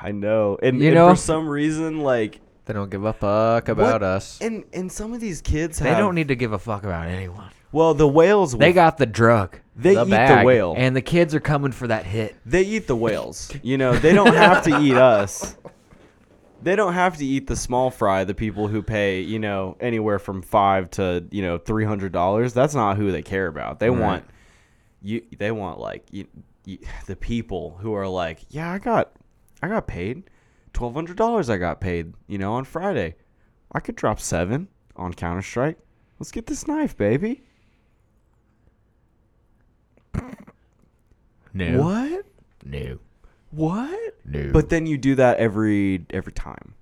I know, and You and know? for some reason, like They don't give a fuck about What? us. And and some of these kids They have, don't need to give a fuck about anyone. Well, the whales. They will- got the drug, They the eat bag the whale. and the kids are coming for that hit. they eat the whales. You know, they don't have to eat us. They don't have to eat the small fry. The people who pay, you know, anywhere from five to you know three hundred dollars. That's not who they care about. They want you. They want like you, you, the people who are like, yeah, I got, I got paid, twelve hundred dollars. I got paid, you know, on Friday. I could drop seven on Counter Strike. Let's get this knife, baby. No, What? no, What? no. But then you do that every every time.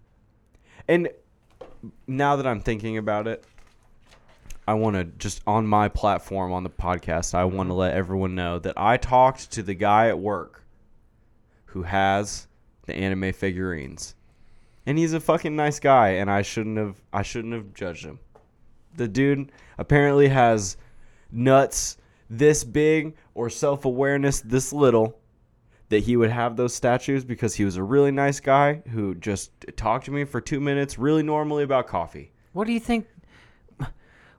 And now that I'm thinking about it, I I want to just on my platform on the podcast, I want to let everyone know that I talked to the guy at work who has the anime figurines. And he's a fucking nice guy and I shouldn't have I shouldn't have judged him. The dude apparently has nuts this big or self-awareness this little that he would have those statues because he was a really nice guy who just talked to me for 2 minutes really normally about coffee. What do you think?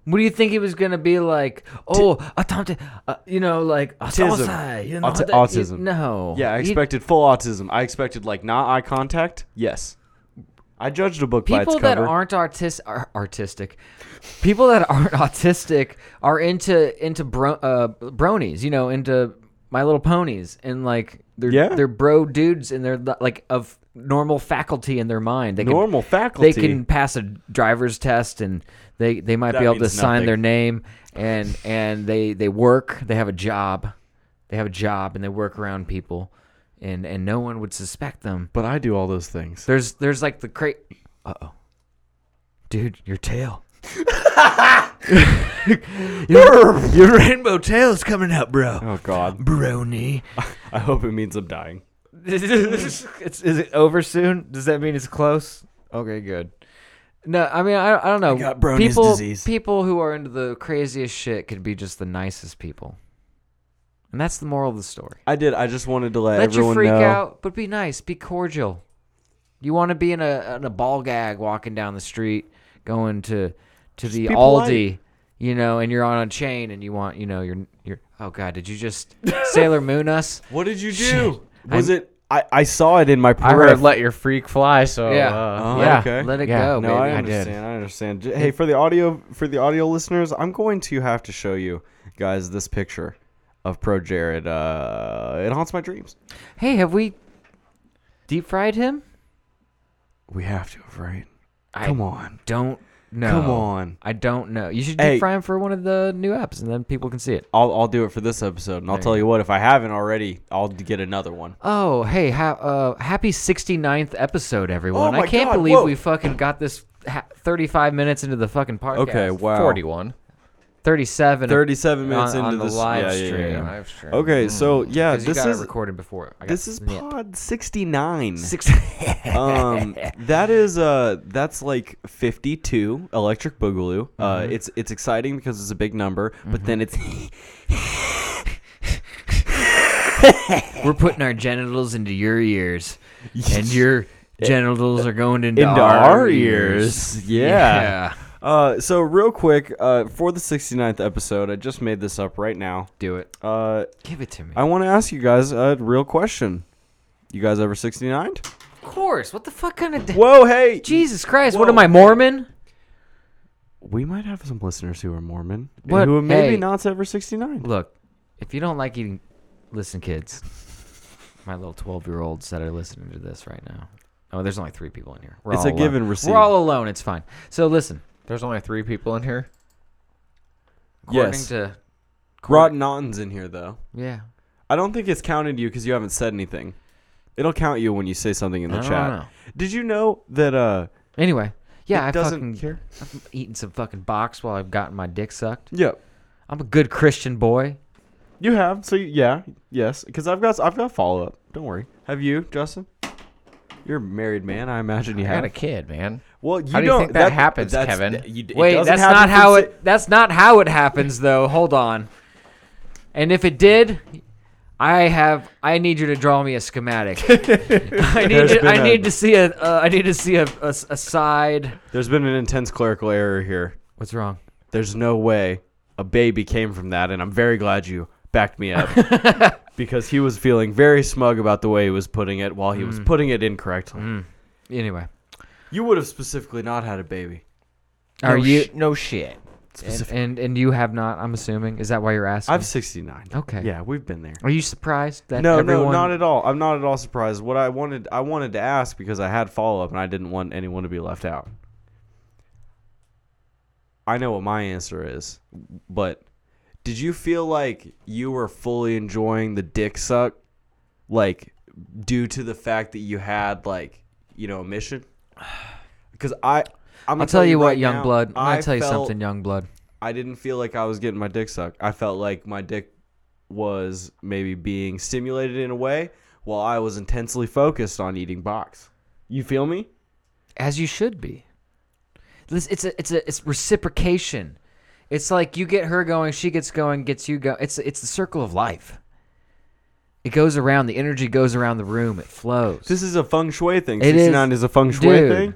What do you think he was gonna be like? Oh, autism, uh, you know, like Autism. autism, you know, Auti- that- you- autism. no, Yeah, I He- expected full autism. I expected like not eye contact. Yes. I judged a book by its people cover. that aren't artis- are artistic people that aren't (laughs) autistic are into into bro- uh, bronies you know into my little ponies and like they're Yeah. they're bro dudes and they're li- like of normal faculty in their mind they Normal can, faculty? they can pass a driver's test and they they might That be able to means sign nothing. their name and and they they work they have a job they have a job and they work around people and and no one would suspect them but I do all those things. there's there's like the crate. Uh oh, dude, your tail. (laughs) your, your rainbow tail's coming up, bro. Oh God! Brony. I hope it means I'm dying. (laughs) it's, is it over soon? Does that mean it's close? Okay, good. No, I mean I, I don't know. got Brony's people disease. people who are into the craziest shit could be just the nicest people, and that's the moral of the story. I did. I just wanted to let, Let everyone you freak know. out, but be nice, be cordial. You want to be in a in a ball gag walking down the street, going to to the be Aldi, polite. you know, and you're on a chain, and you want, you know, your your. Oh God, did you (laughs) just Sailor Moon us? What did you do? Shit. Was I'm- it? I, I saw it in my I heard peripheral. let your freak fly, so Yeah. uh, Oh, yeah, okay. let it Yeah. go, no, baby. I did. understand. I, understand. J- Hey, for the audio for the audio listeners, I'm going to have to show you guys this picture of Pro Jared. Uh, it haunts my dreams. Hey, have we deep fried him? We have to have right. I- Come on. Don't know. Come on. I don't know. You should deep Hey. fry him for one of the new apps, and then people can see it. I'll, I'll do it for this episode, and I'll tell you what. If I haven't already, I'll get another one. Oh, hey, ha- uh, happy 69th episode, everyone. I my can't God, believe whoa. we fucking got this ha- 35 minutes into the fucking podcast. Okay, wow. 41. 37. 37 minutes on- into on the this live yeah, yeah, yeah, stream. Hmm. yeah. Live stream. Okay, so yeah, 'Cause you this got is it recorded before. I got this is pod 69. Six. um that is uh that's like 52 Electric Boogaloo. Uh it's it's exciting because it's a big number, but then it's We're putting our genitals into your (laughs) ears, and your genitals are going into, into our ears. Yeah. Yeah. Uh so real quick, uh for the 69th episode, I just made this up right now. Do it. Uh Give it to me. I want to ask you guys a real question. You guys ever 69? of course. What the fuck kind of. Whoa, hey. Jesus Christ. What Whoa, am I, hey. Mormon? We might have some listeners who are Mormon, What? who are maybe Hey. not ever 69. Look, if you don't like eating, listen, kids. My little twelve-year-olds that are listening to this right now. Oh, there's only three people in here. We're It's all a give alone. and receive. We're all alone. It's fine. So listen, There's only three people in here. according Yes. to Rotten Naughton's in here, though. yeah, I don't think it's counted you because you haven't said anything. It'll count you when you say something in the I don't chat. know. Did you know that uh Anyway, yeah, It I doesn't fucking care. I'm eating some fucking box while I've gotten my dick sucked. yeah, I'm a good Christian boy. you have. So you- yeah, yes, cuz I've got I've got follow up. Don't worry. Have you, Justin? You're a married man. I imagine you I have. got a kid, man. well, you How do you don't think that happens, that's- Kevin? that- you- it Wait, doesn't that's happen not how from si- it. That's not how it happens, though. Hold on. And if it did, I have. I need you to draw me a (laughs) schematic. I need. There's To, been I a- need to see a. Uh, I need to see a, a s- a side. There's been an intense clerical error here. What's wrong? There's no way a baby came from that and I'm very glad you backed me up. because he was feeling very smug about the way he was putting it while he was putting it incorrectly. Anyway, You would have specifically not had a baby. are no you Sh- no shit. and, and and you have not? I'm assuming. Is that why you're asking? I've 69. Okay. Yeah, we've been there. Are you surprised that No, everyone? no, not at all. I'm not at all surprised. What I wanted, I wanted to ask because I had follow up and I didn't want anyone to be left out. I know what my answer is, but did you feel like you were fully enjoying the dick suck, like due to the fact that you had like you know a (sighs) mission? Because I, I'm gonna I'll tell you what, right young now, blood. I'm I gonna tell you felt- something, young blood. I didn't feel like I was getting my dick sucked. I felt like my dick was maybe being stimulated in a way while I was intensely focused on eating box. You feel me? as you should be. This- It's a, it's a, it's reciprocation. It's like you get her going, she gets going, gets you going. It's it's the circle of life. It goes around. The energy goes around the room. It flows. This is a feng shui thing. It 69 is, a feng shui dude, thing?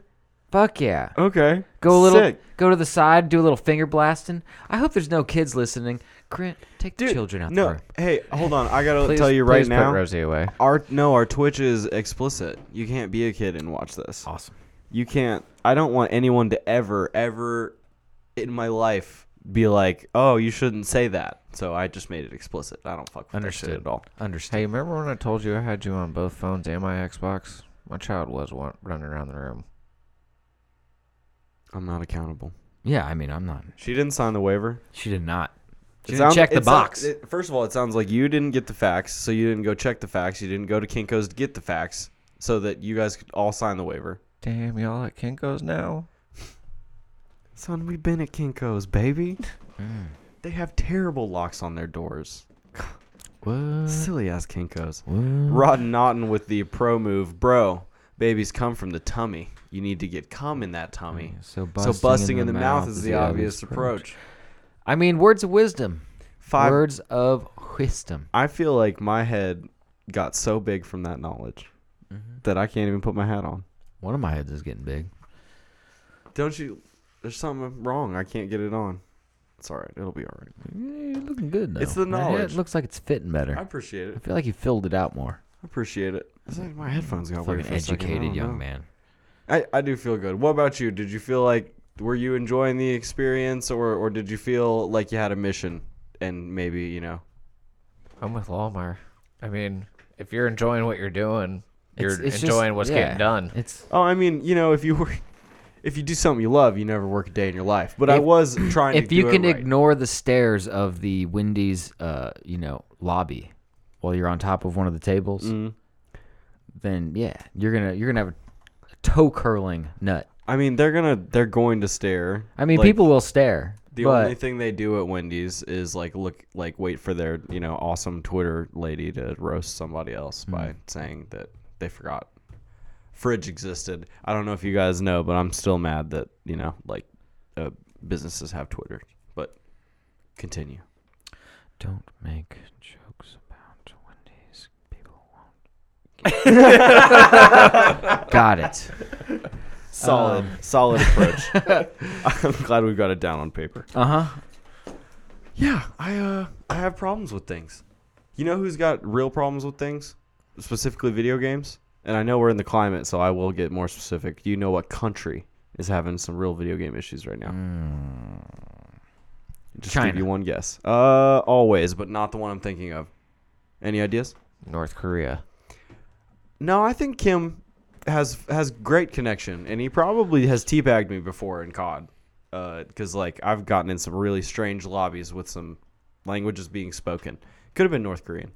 Fuck yeah. Okay. Go a little. Sick. Go to the side. Do a little finger blasting. I hope there's no kids listening. Grant, take the Dude, children out no, the room. Hey, hold on. I (laughs) gotta Please- tell you right please now. put Rosie away. Our no, our Twitch is explicit. You can't be a kid and watch this. Awesome. You can't. I don't want anyone to ever, ever, in my life, be like, "Oh, you shouldn't say that." So I just made it explicit. I don't fuck with that shit Understood. at all. Understood. Hey, remember when I told you I had you on both phones and my Xbox? My child was wa- running around the room. I'm not accountable. Yeah, I mean, I'm not. She didn't sign the waiver. She did not. She It didn't sound- check the it sound- box. it- first of all, it sounds like you didn't get the facts, so you didn't go check the facts. You didn't go to Kinko's to get the facts, so that you guys could all sign the waiver. Damn, y'all at Kinko's now? Son, we've been at Kinko's, baby. (laughs) They have terrible locks on their doors. Silly ass Kinkos. Rod Naughton with the pro move, bro. Babies come from the tummy. You need to get cum in that tummy. So So busting in the mouth is the obvious approach. I mean, words of wisdom. Five. Words of wisdom. I feel like my head got so big from that knowledge that I can't even put my hat on. One of my heads is getting big. Don't you? There's something wrong. I can't get it on. It's all right. It'll be all right. You're looking good though. It's the My head knowledge. looks like it's fitting better. I I appreciate it. feel like you filled it out more. I appreciate it. It's like my headphones got weird. Fucking for a second. I educated don't know. young man. I, I do feel good. What about you? Did you feel like were you enjoying the experience or or did you feel like you had a mission and maybe, you know, I'm with Walmart. I mean, if you're enjoying what you're doing, you're It's- it's just- enjoying what's yeah. getting done. It's Oh, I mean, you know, if you were if you do something you love, you never work a day in your life. But I If- was trying if to you do can it right. ignore the stairs of the Wendy's, uh, you know, lobby while you're on top of one of the tables, Mm-hmm. then yeah, you're gonna you're gonna have a toe curling nut. I mean, they're going to they're going to stare. I mean, Like, people will stare, the but only thing they do at Wendy's is like look like wait for their, you know, awesome Twitter lady to roast somebody else by saying that they forgot fridge existed. I don't know if you guys know, but I'm still mad that, you know, like uh, businesses have Twitter. But continue. don't make jokes about Wendy's. People (laughs) won't. Got it. (laughs) Solid, solid approach. I'm glad we've got it down on paper. Uh huh. Yeah, I uh I have problems with things. You know who's got real problems with things? Specifically video games. And I know we're in the climate, so I will get more specific. Do you know what country is having some real video game issues right now? Just give China. you one guess. Uh always, but not the one I'm thinking of. Any ideas? North Korea. No, I think Kim has has great connection, and he probably has teabagged me before in COD, because uh, like I've gotten in some really strange lobbies with some languages being spoken. Could have been North Korean.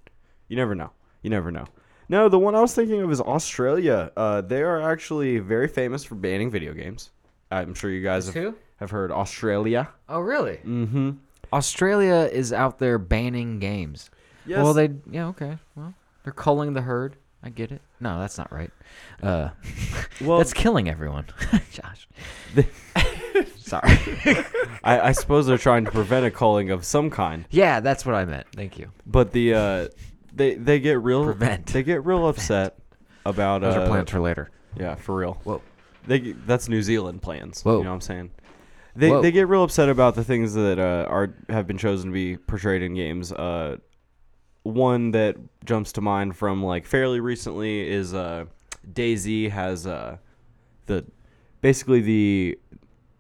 You never know. You never know. No, the one I was thinking of is Australia. Uh, they are actually very famous for banning video games. I'm sure you guys have, who? have heard Australia. Oh, really? Mm-hmm. Australia is out there banning games. Yes. Well, they yeah okay. Well, they're culling the herd. I get it. No, that's not right. Uh, (laughs) Well- that's killing everyone. (laughs) Josh, Sorry. I, I suppose they're trying to prevent a culling of some kind. yeah, that's what I meant. Thank you. But the uh, they they get real Prevent. they get real upset about Those uh, are plans for later. yeah for real. Whoa. They get- that's New Zealand plans. Whoa. You know what I'm saying? They Whoa. they get real upset about the things that uh, are have been chosen to be portrayed in games. Uh, one that jumps to mind from like fairly recently is uh, Daisy has uh, the basically the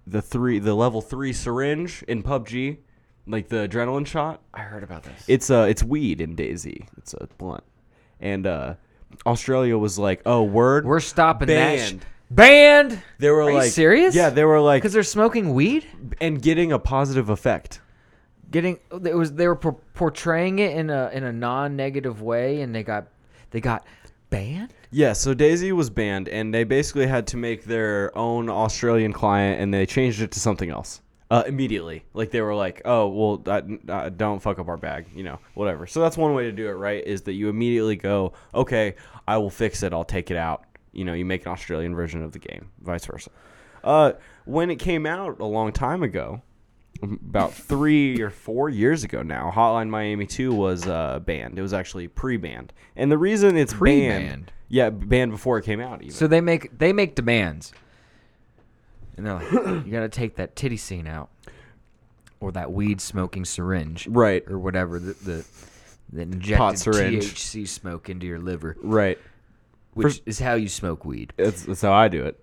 the three the level three syringe in PUBG, like the adrenaline shot. I heard about this. It's uh, it's weed in Daisy. It's a blunt, and uh, Australia was like, "Oh, word, We're stopping banned." that. sh- Banned. They were Are you like, serious? Yeah, they were like, Because they're smoking weed. and getting a positive effect. Getting it was they were por- portraying it in a in a non negative way, and they got they got banned. Yeah, so Daisy was banned, and they basically had to make their own Australian client, and they changed it to something else. uh, immediately. Like they were like, "Oh, well, uh, uh, don't fuck up our bag," you know, whatever. So that's one way to do it, right? Is that you immediately go, "Okay, I will fix it. I'll take it out." You know, you make an Australian version of the game, vice versa. Uh, when it came out a long time ago, about three or four years ago now, Hotline Miami 2 was uh, banned. It was actually pre-banned, and the reason it's Pre-banned? banned, yeah, banned before it came out. Even. So they make they make demands, and they're like, "You got to take that titty scene out, or that weed smoking syringe, Right. or whatever the the, the injected syringe. THC smoke into your liver, right, which is how you smoke weed." that's, that's how I do it.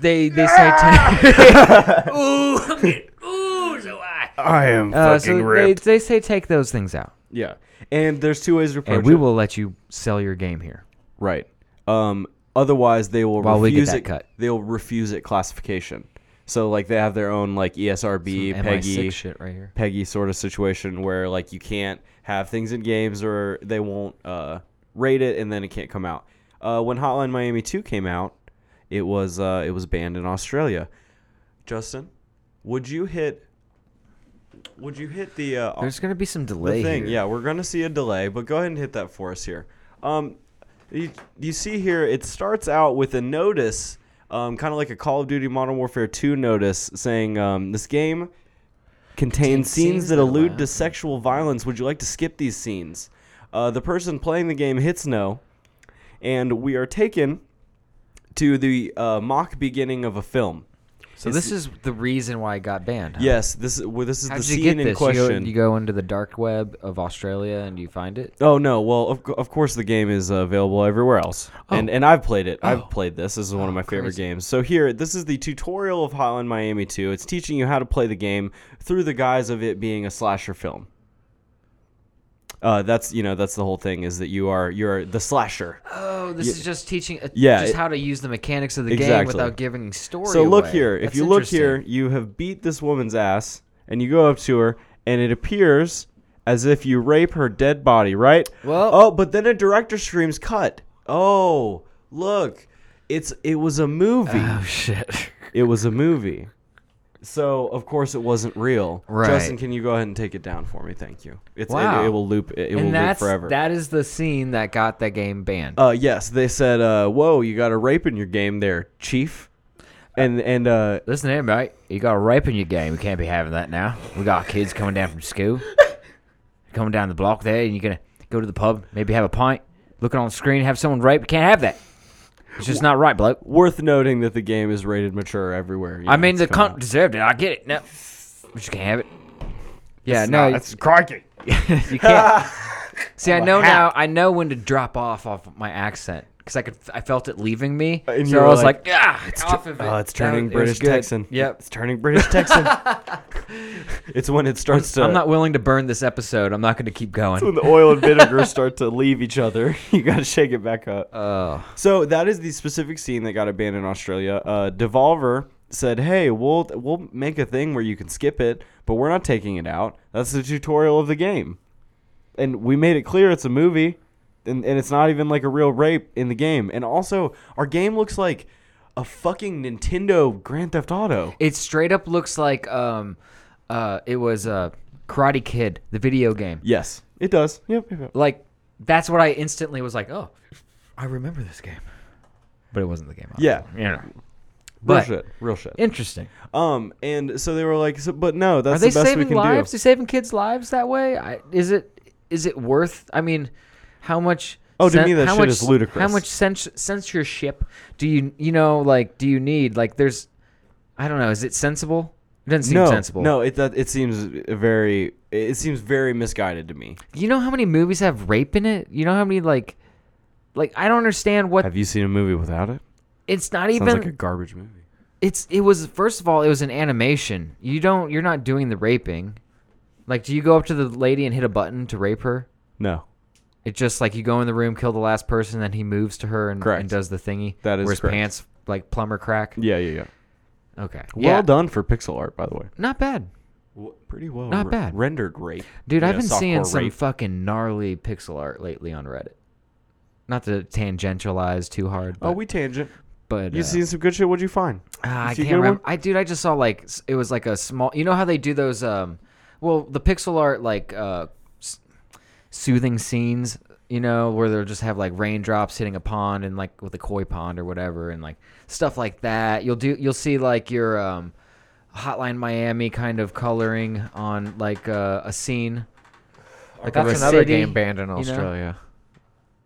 They they (laughs) say ta- (laughs) I am uh, fucking so they, ripped. they say take those things out, Yeah, and there's two ways to approach and we it. will let you sell your game here. Right. Um, otherwise, they will While we get refuse that it. cut. They'll refuse it classification. So like they have their own like E ESRB, Some Peggy, MI6 shit right here. Peggy sort of situation where like you can't have things in games or they won't uh, rate it and then it can't come out. Uh, when Hotline Miami Two came out, it was uh, it was banned in Australia. Justin, would you hit? Would you hit the? Uh, There's gonna be some the delay thing. here. Yeah, we're gonna see a delay, but go ahead and hit that for us here. Um, you, you see here, it starts out with a notice, um, kind of like a Call of Duty Modern Warfare 2 notice, saying um, this game contains scenes, that allude to sexual violence. Would you like to skip these scenes? Uh, the person playing the game hits no, and we are taken to the uh, mock beginning of a film. So this is the reason why it got banned. Huh? Yes, this is well, this is How the did scene you get in this? You go, question. you go into the dark web of Australia and you find it. Oh no! Well, of, co- of course the game is uh, available everywhere else, and and I've played it. I've played this. This is one of my favorite games. So here, this is the tutorial of Hotline Miami 2. It's teaching you how to play the game through the guise of it being a slasher film. Uh, that's you know that's the whole thing is that you are you're the slasher. Oh, this is just teaching, uh, Yeah, just it- how to use the mechanics of the game Exactly. without giving story. So look away. here. If That's you look here, interesting. you have beat this woman's ass, and you go up to her, and it appears as if you rape her dead body, right? Well- oh, but then a director stream's cut. Oh, look, it's it was a movie. oh (laughs) shit. it was a movie. So of course it wasn't real. Right. Justin, can you go ahead and take it down for me? Thank you. It's Wow. it, it will loop. It, it will and loop that's forever. that is the scene that got that game banned. Uh, yes, they said, uh, "Whoa, you got a rape in your game, there, Chief." And and uh, Listen here, mate. You got a rape in your game. We can't be having that now. We got kids coming down from (laughs) school, coming down the block there, and you're gonna go to the pub, maybe have a pint, looking on the screen, have someone rape. Can't have that. It's just not right, bloke. worth noting that the game is rated mature everywhere. you I know, mean, it's the come cunt deserved it. I get it. No, we just can't have it. Yeah, no, That's crikey. (laughs) you can't. (laughs) See, I know now. I know when to drop off of my accent because I could. I felt it leaving me, Uh, And you so I were was like, like, "Yeah, it's off of it." out. Oh, it's That was- turning it was British good. Texan. Yep. it's turning British (laughs) Texan. it's when it starts to. I'm not willing to burn this episode. I'm not going to keep (laughs) when going. the oil and vinegar start to leave each other, (laughs) you gotta shake it back up. Oh, So that is the specific scene that got banned in Australia. Uh, Devolver said, "Hey, we'll we'll make a thing where you can skip it, but we're not taking it out. That's the tutorial of the game, and we made it clear it's a movie, and and it's not even like a real rape in the game. And also, our game looks like a fucking Nintendo Grand Theft Auto. it straight up looks like um, uh, it was uh, Karate Kid, the video game. Yes, it does. Yep. yep, yep. Like that's what I instantly was like, "Oh, I remember this game," but it wasn't the game. I was Yeah. playing, you know. Real But shit. Real shit. interesting. Um, and so they were like, so, but no, Are that's they the best we saving can lives? do. They're saving kids' lives that way. I, is it is it worth? I mean, how much? Oh, to cen- me, that how shit much- is ludicrous. How much cens- censorship do you you know like do you need? Like, there's, I don't know. Is it sensible? It doesn't seem no, sensible. no, it that it seems very it seems very misguided to me. You know how many movies have rape in it? You know how many like, like I don't understand what Have you seen a movie without it? it's not Sounds even. like a garbage movie. it's it was first of all it was an animation. You don't you're not doing the raping. Like, do you go up to the lady and hit a button to rape her? No, It's just like you go in the room, kill the last person, then he moves to her and, Correct. and does the thingy. That is where his correct. pants like plumber crack. yeah, yeah, yeah. Okay. Well Yeah. done for pixel art, by the way. Not bad, pretty well, Not re- bad. rendered rape, dude. You I've know, been seeing softcore some rape. fucking gnarly pixel art lately on Reddit. Not to tangentialize too hard. But, oh, we tangent. But You uh, seen some good shit? What'd you find? Ah, I see a good can't remember. one? I dude, I just saw like s- it was like a small. You know how they do those? Um, well, the pixel art like uh, s- soothing scenes. You know where they'll just have like raindrops hitting a pond and like with a koi pond or whatever and like stuff like that. You'll do. You'll see like your um, Hotline Miami kind of coloring on like uh, a scene. Like of Oh, That's a another city, game banned in you know? Australia.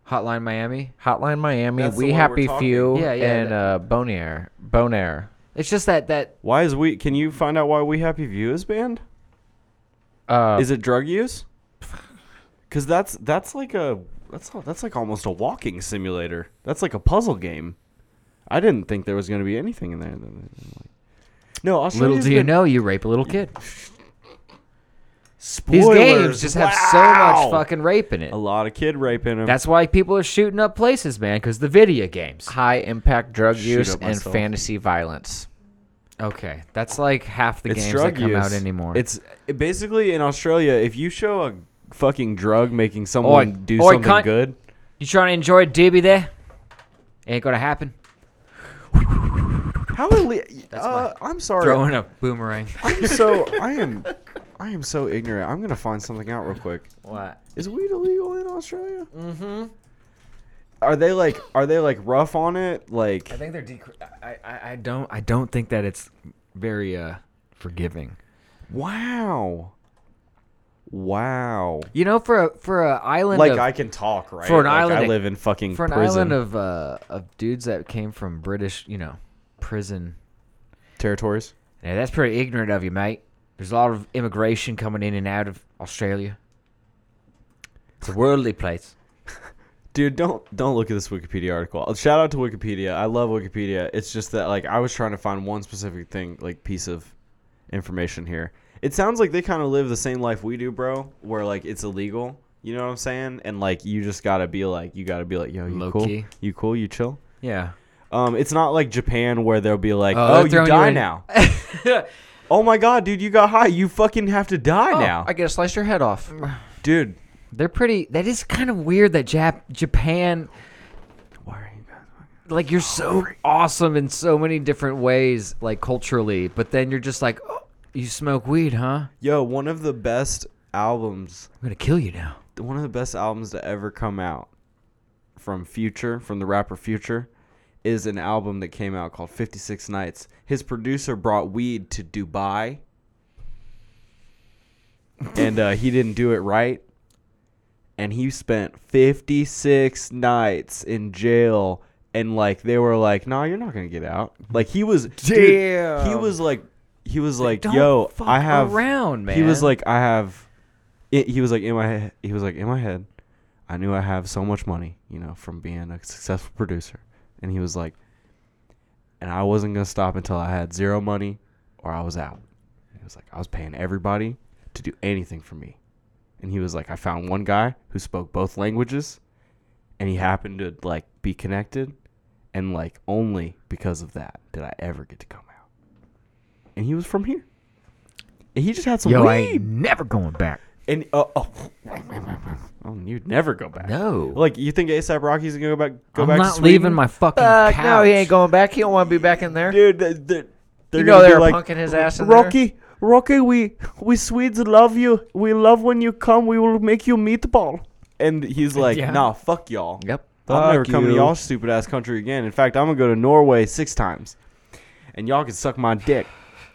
Hotline Miami. Hotline Miami, That's the We one we're Happy talking- Few, Yeah, yeah, and that- uh, Bonaire. Bonaire. It's just that that Why is we? Can you find out why We Happy View is banned? Uh, is it drug use? Because that's that's like a that's that's like almost a walking simulator. That's like a puzzle game. I didn't think there was going to be anything in there. No, Australia's little do you been- know, you rape a little kid. Spoilers. These games just have so Wow. much fucking rape in it. A lot of kid rape in them. That's why people are shooting up places, man, because the video games. High impact drug Shoot use up and myself. fantasy violence. Okay, that's like half the it's games drug that come use. out anymore. It's it- basically in Australia, if you show a fucking drug Oh, making someone do something cunt. good, You trying to enjoy a doobie there? Ain't gonna happen. (laughs) how ille- uh, I'm sorry. Throwing a boomerang. I'm so I am I am so ignorant. I'm gonna find something out real quick. What? Is weed illegal in Australia? Mm-hmm. Are they like are they like rough on it? Like I think they're. Dec- I, I I don't I don't think that it's very uh forgiving. wow, wow. You know, for a for a island Like of- I can talk, right? For an Like, island, I of- live in fucking for an prison. island of uh of dudes that came from British, you know, prison territories. Yeah, that's pretty ignorant of you, mate. There's a lot of immigration coming in and out of Australia. It's a worldly place. Dude, don't don't look at this Wikipedia article. Shout out to Wikipedia. I love Wikipedia. It's just that like I was trying to find one specific thing, like piece of information here. It sounds like they kind of live the same life we do, bro, where like it's illegal. You know what I'm saying? And like you just got to be like you got to be like, "Yo, you Low cool? key. You cool? You chill?" Yeah. Um it's not like Japan where they'll be like, Oh, "Oh, they're you throwing you die in- (laughs) now." oh my god, dude, you got high. You fucking have to die Oh, now. I get to slice your head off. Dude, They're pretty. That is kind of weird that Jap- Japan. Like you're so awesome in so many different ways, like culturally, but then you're just like, oh, you smoke weed, huh? yo, one of the best albums I'm gonna kill you now. one of the best albums to ever come out from Future, from the rapper Future, is an album that came out called 56 Nights. His producer brought weed to Dubai, and uh, he didn't do it right. And he spent 56 nights in jail. And like they were like, nah, you're not gonna get out. Like he was, dude, he Damn. was like, he was like, don't yo, fuck I have around, He was man. like, I have it, he was like in my head, he was like in my head i knew i have so much money you know from being a successful producer and he was like and i wasn't going to stop until i had zero money or i was out he was like i was paying everybody to do anything for me and he was like i found one guy who spoke both languages and he happened to like be connected and like only because of that did i ever get to come out and he was from here and he just had some Yo, weed. I ain't never going back. And uh, oh, (laughs) oh, you'd never go back. No. Like you think ASAP Rocky's gonna go back? Go I'm back not to Sweden? leaving my fucking Fuck, couch. Uh, no, he ain't going back. He don't want to be back in there. dude. They're, they're, they're You know gonna be they were like, punking his ass in there. Rocky, Rocky, we we Swedes love you. We love when you come. We will make you meatball. And (laughs) he's like, Yeah. Nah, fuck y'all. Yep. I'm never Fuck coming to you. y'all stupid ass country again. In fact, I'm gonna go to Norway six times, and y'all can suck my dick.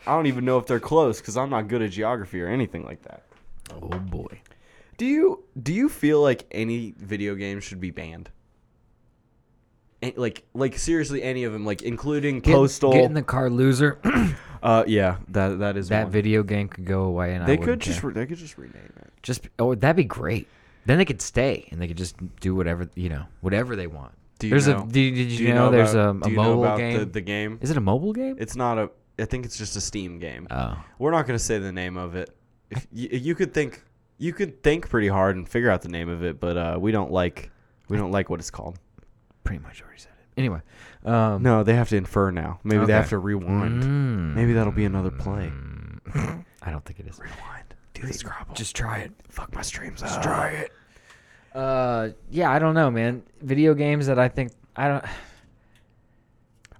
I don't even know if they're close because I'm not good at geography or anything like that. Oh boy. Do you do you feel like any video game should be banned? An- like like seriously, any of them, like including Get, Postal. Get in the car, (clears throat) loser. uh, yeah, that that is that one. video game could go away, and I They could wouldn't just care. re- they could just rename it. just oh that'd be great then they could stay and they could just do whatever you know whatever they want Do you there's know- a did, did you, do know, there's about- um, a, do you know mobile about game The, the game. is it a mobile game It's not a. I think it's just a Steam game. oh We're not gonna say the name of it. If you, you could think, you could think pretty hard and figure out the name of it, but uh, we don't like we don't like what it's called. pretty much already said it anyway um No, they have to infer now. Maybe Okay. they have to rewind. Mm. Maybe that'll be another play. i don't think it is Rewind. Do the Scrabble. just try it Fuck my streams. Just try it. uh yeah i don't know man video games that i think i don't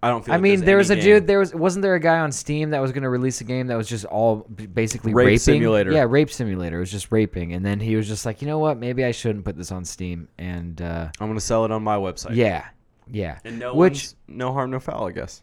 I don't feel. I like mean, there's there was a any game- dude. There was wasn't there a guy on Steam that was going to release a game that was just all b- basically Rape raping? Simulator. Yeah, rape simulator. It was just raping, and then he was just like, you know what? Maybe I shouldn't put this on Steam. And uh, I'm gonna sell it on my website. yeah, yeah. And no Which one's- no harm, no foul, I guess.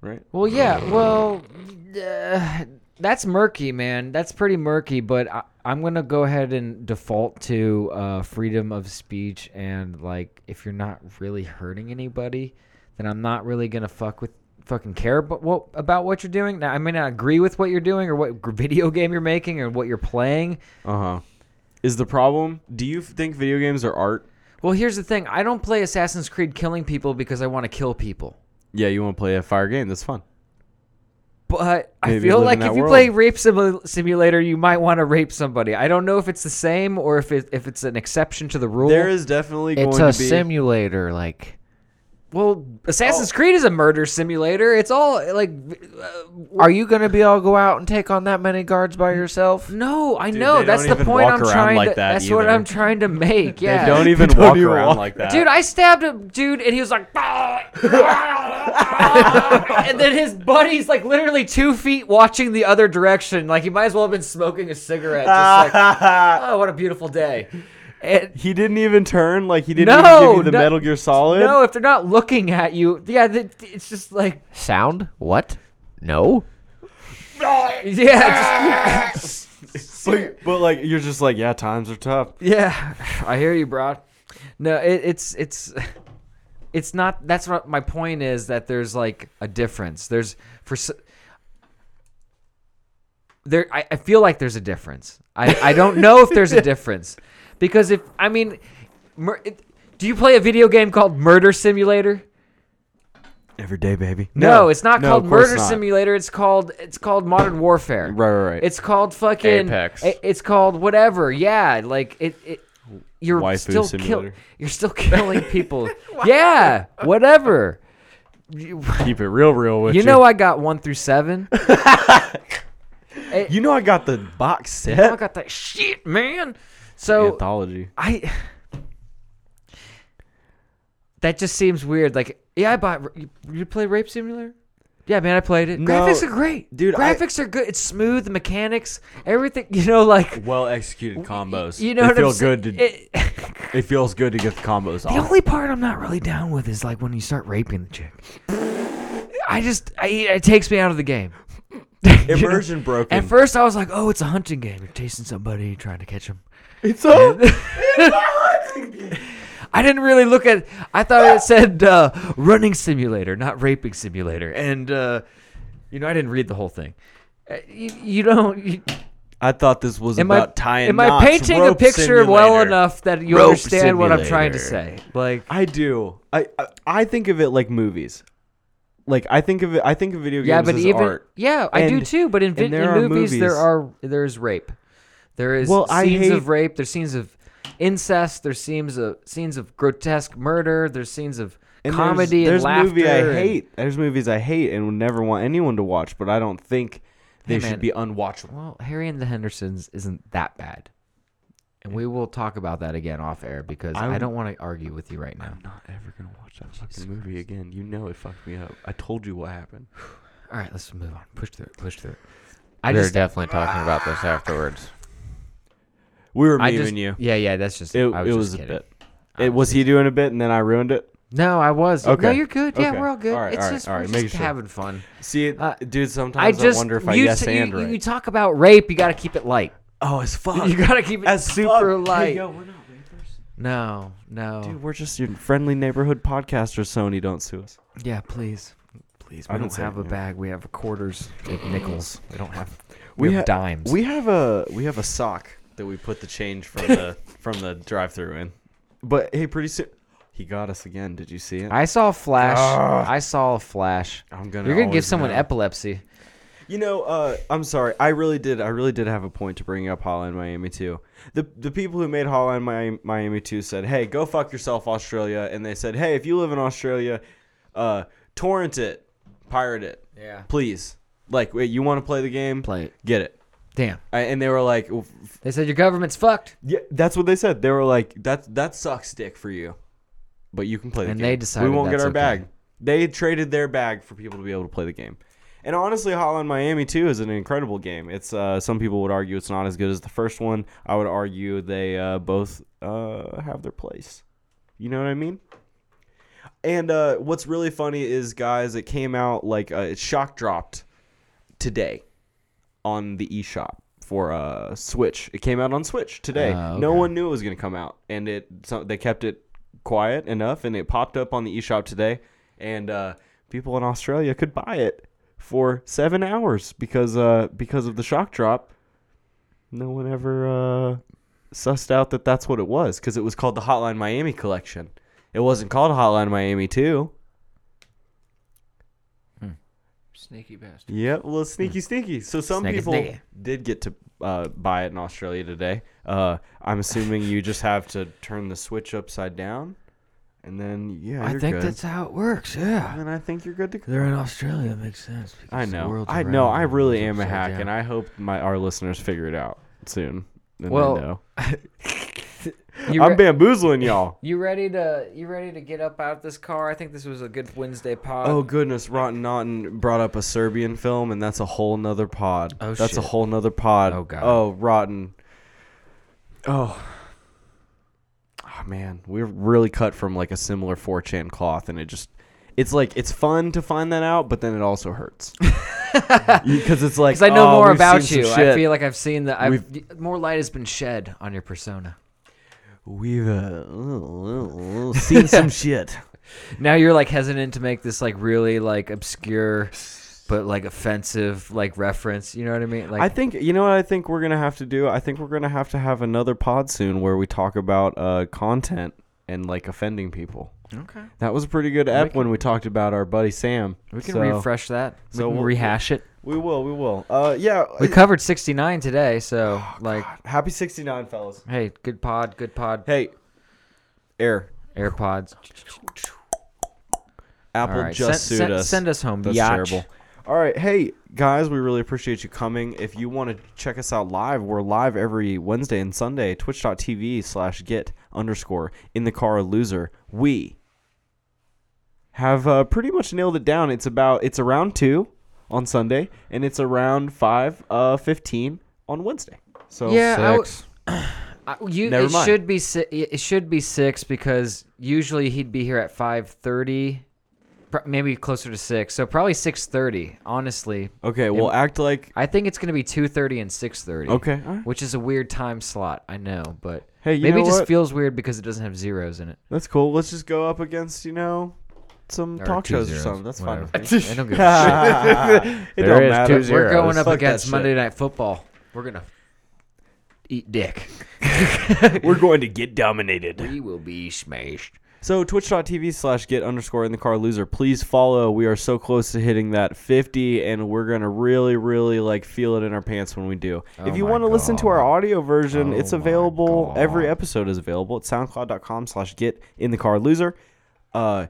Right. Well, yeah. Well, (sighs) uh, that's murky, man. That's pretty murky. But I, I'm gonna go ahead and default to uh, freedom of speech and like, if you're not really hurting anybody, then I'm not really gonna fuck with fucking care about what about what you're doing. Now, I may not agree with what you're doing or what gr- video game you're making or what you're playing. Uh huh. Is the problem? Do you think video games are art? Well, here's the thing. I don't play Assassin's Creed killing people because I want to kill people. Yeah, you want to play a fire game? That's fun. But I Maybe feel live like in that if you world. play Rape Simu- Simulator, you might want to rape somebody. I don't know if it's the same or if it, if it's an exception to the rule. There is definitely It's going a to be. simulator, like well, Assassin's Creed is a murder simulator. It's all like, uh, Are you gonna be all go out and take on that many guards by yourself? no, I Dude, know they that's don't the even point walk I'm around trying. like to, that that's what either. I'm trying to make. Yeah, They (laughs) don't even Don't walk even around walk. like that. Dude, I stabbed a dude and he was like, (laughs) and then his buddy's like literally two feet watching the other direction. Like he might as well have been smoking a cigarette. Just (laughs) like, oh, what a beautiful day. And, he didn't even turn. Like he didn't No, even give you no- the Metal Gear Solid. no, if they're not looking at you, yeah, th- it's just like, Sound? What? No. yeah, just, (laughs) But, but (laughs) like you're just like, yeah, times are tough. yeah. (sighs) I hear you, bro. No, it, it's it's it's not. That's what my point is. That there's like a difference. There's for. s- there I, I feel like there's a difference. I, I don't know if there's a (laughs) difference because if I mean, mur- it- do you play a video game called Murder Simulator? Every day, baby. No, it's not no, called of course Murder not. Simulator. It's called it's called Modern Warfare. Right, right, right. It's called fucking Apex. i- it's called whatever. Yeah, like it. it you're Waifu still kill, Simulator. You're still killing people. yeah, whatever. You, Keep it real, real with you. you know I got one through seven. (laughs) you know I got the box set. I got that shit, man. So Anthology. I that just seems weird. Like, yeah, I bought. You, you play Rape Simulator? Yeah, man, I played it. No, Graphics are great, dude, I- Graphics are good. It's smooth. The mechanics, everything. (laughs) You know, like Well executed combos. you know it what feels I'm good saying? to. It, It- feels good to get the combos the off. only part I'm not really down with is like when you start raping the chick. I just, I, it takes me out of the game. Immersion broken. At first, I was like, "Oh, it's a hunting game. You're chasing somebody, trying to catch them." it's a (laughs) I didn't really look at. I thought it said uh, running simulator, not raping simulator, and uh, you know I didn't read the whole thing. Uh, You, you don't. You, I thought this was am about I tying am knots. I painting a Rope picture well simulator. enough that you Rope understand what I'm trying to say? simulator. Like, I do. I, I I think of it like movies. Like I think of it. I think of video games yeah, but as even art. yeah, I do And- too. But in, vi- and there in are movies, there movies. are there is rape, there is Well, I scenes hate- of rape, there's scenes of incest, there's scenes of scenes of grotesque murder, there's scenes of And there's- comedy there's, and laughter. movie I and- hate. There's movies I hate and would never want anyone to watch. But I don't think they Hey, man. should be unwatchable. Well, Harry and the Hendersons isn't that bad. And we will talk about that again off air because I, I'm- don't want to argue with you right now. not ever gonna watch that fucking movie again. You know it fucked me up. I told you what happened. All right, let's move on. Push through it. Push through it. I we are just, definitely talking about this afterwards. We were I memeing just, you. yeah, yeah. That's just. It, I was was, it just was a kidding. bit. It was he doing a bit and then I ruined it. No, I was. No, Okay. you're good. Yeah, Okay. we're all good. All right, it's all right, just all we're right, just making sure. having fun. See, Uh, dude. Sometimes I just wonder if I you, yes t- and you, right. you talk about rape. You got to keep it light. (laughs) oh, as fuck. You got to keep it as super fuck. light. Hey, yo, we're not rapers. no, no. Dude, we're just your friendly neighborhood podcaster. Sony, don't sue us. yeah, please, please. We I didn't don't say have a it, yeah. bag. We have quarters, we have nickels. We don't have. (laughs) We We, ha- have dimes. We have a we have a sock that we put the change (laughs) from the from the drive-through in. But hey, pretty soon he got us again. Did you see it? I saw a flash. I saw a flash. I'm gonna You're gonna give always someone know. epilepsy. You know, uh, I'm sorry. I really did. I really did have a point to bring up Holland Miami 2. The the people who made Holland Mi- Miami 2 said, "Hey, go fuck yourself, Australia," and they said, "Hey, if you live in Australia, uh, torrent it, pirate it, Yeah. please. Like, wait, you want to play the game? Play it. Get it." Damn. I, and they were like, "Well, f- They said your government's fucked, Yeah, that's what they said. They were like, "That that sucks, dick for you," but you can play the and game. they decided we won't get that's our okay. bag. They traded their bag for people to be able to play the game. And honestly, Holland Miami too is an incredible game. It's uh, some people would argue it's not as good as the first one. I would argue they uh, both uh, have their place. You know what I mean? And uh, what's really funny is, guys, it came out like uh, it shock dropped today on the eShop for uh, Switch. It came out on Switch today. Ah, No okay. one knew it was going to come out, and it so they kept it quiet enough, and it popped up on the eShop today, and uh, people in Australia could buy it for seven hours because uh, because of the shock drop. No one ever uh, sussed out that that's what it was because it was called the Hotline Miami collection. It wasn't called Hotline Miami 2. Hmm. Sneaky bastard. Hmm. Yep, well, sneaky, sneaky. So some Sneaky, people sneaky. did get to uh, buy it in Australia today. Uh, I'm assuming you just have to turn the switch upside down, and then yeah, I you're think good. that's how it works. Yeah. And I think you're good to go. They're in Australia. Makes sense. because I the know. world's I know. around I them, it's really am a upside hack, down. and I hope my our listeners figure it out soon. And they Well, know. You I'm re- bamboozling y'all. You ready to you ready to get up out of this car? I think this was a good Wednesday pod. (laughs) Oh goodness, Rotten Naughton brought up a Serbian film, and that's a whole nother pod. Oh, that's a shit. whole nother pod. Oh, God. Oh Rotten. Oh. Oh man, we're really cut from like a similar 4chan cloth, and it just. It's like it's fun to find that out, but then it (laughs) also hurts because it's like Because I know oh, more we've about seen you. some I shit. feel like I've seen the I've, y- more light has been shed on your persona. we've uh, (laughs) seen some shit. Now you're like hesitant to make this like really like obscure but like offensive like reference. You know what I mean? Like I think you know what I think we're gonna have to do. I think we're gonna have to have another pod soon where we talk about uh, content and like offending people. okay. That was a pretty good ep when we talked about our buddy Sam. We can So- refresh that. We so can we'll- rehash it. We will. We will. Uh, yeah. We covered 69 today, so Oh, like Happy sixty nine, fellas. hey, good pod, good pod. Hey, Air AirPods. Apple All right, just send- sued send- us. send us home, That's biatch. terrible. All right, hey guys, we really appreciate you coming. If you want to check us out live, we're live every Wednesday and Sunday. Twitch.tv slash get underscore in the car loser. We have uh, pretty much nailed it down. It's about it's around two on Sunday, and it's around five uh, fifteen on Wednesday. So Yeah, I w- Six. (clears throat) I- you Never it mind. should be si- it should be 6 because usually he'd be here at 5:30 pr- maybe closer to 6. So probably 6:30, honestly. okay, well act like I think it's going to be 2:30 and 6:30. Okay, all right. Which is a weird time slot, I know, but Hey, you maybe know it just what? feels weird because it doesn't have zeros in it. that's cool. Let's just go up against you know some Or talk two shows zeros, or something. That's fine. whatever. with me. I don't give a shit. it (laughs) There don't is matter. two We're going up Fuck that against shit. Monday Night Football. We're going to eat dick. We're going to get dominated. We will be smashed. So twitch.tv slash get underscore in the car loser. Please follow. We are so close to hitting that 50 and we're going to really, really like feel it in our pants when we do. if you Oh my want to listen to our audio version, it's Oh my available. God. Every episode is available at soundcloud.com slash get in the car loser. Uh,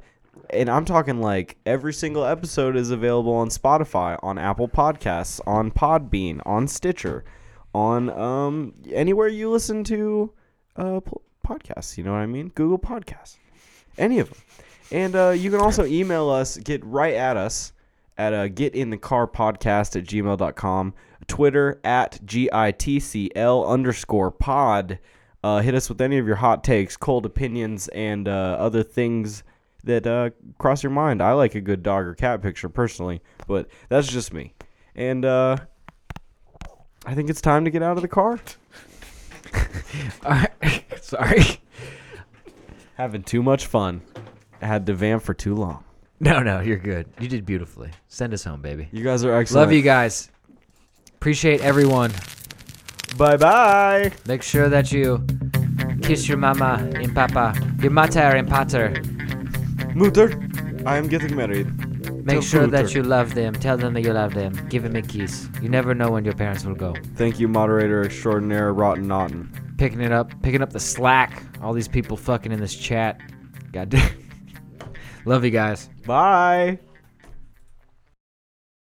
and I'm talking like every single episode is available on Spotify, on Apple Podcasts, on Podbean, on Stitcher, on um, anywhere you listen to uh, pl- podcasts. You know what I mean? Google Podcasts any of them. And uh, you can also email us, get right at us at uh, getinthecarpodcast at gmail.com, Twitter at GITCL underscore pod. Uh, hit us with any of your hot takes, cold opinions, and uh, other things that uh, cross your mind. I like a good dog or cat picture personally, but that's just me. And uh, I think it's time to get out of the car. (laughs) Sorry. (laughs) Having too much fun. I had to vamp for too long. No, no, you're good. You did beautifully. Send us home, baby. You guys are excellent. Love you guys. Appreciate everyone. Bye bye. Make sure that you kiss your mama and papa, your mater and pater. Mutter, I am getting married. Make Tell sure that Luther. you love them. Tell them that you love them. Give them a kiss. You never know when your parents will go. Thank you, moderator extraordinaire Rotten Naughton. Picking it up, picking up the slack. All (laughs) these people fucking in this chat. God damn. love you guys. Bye.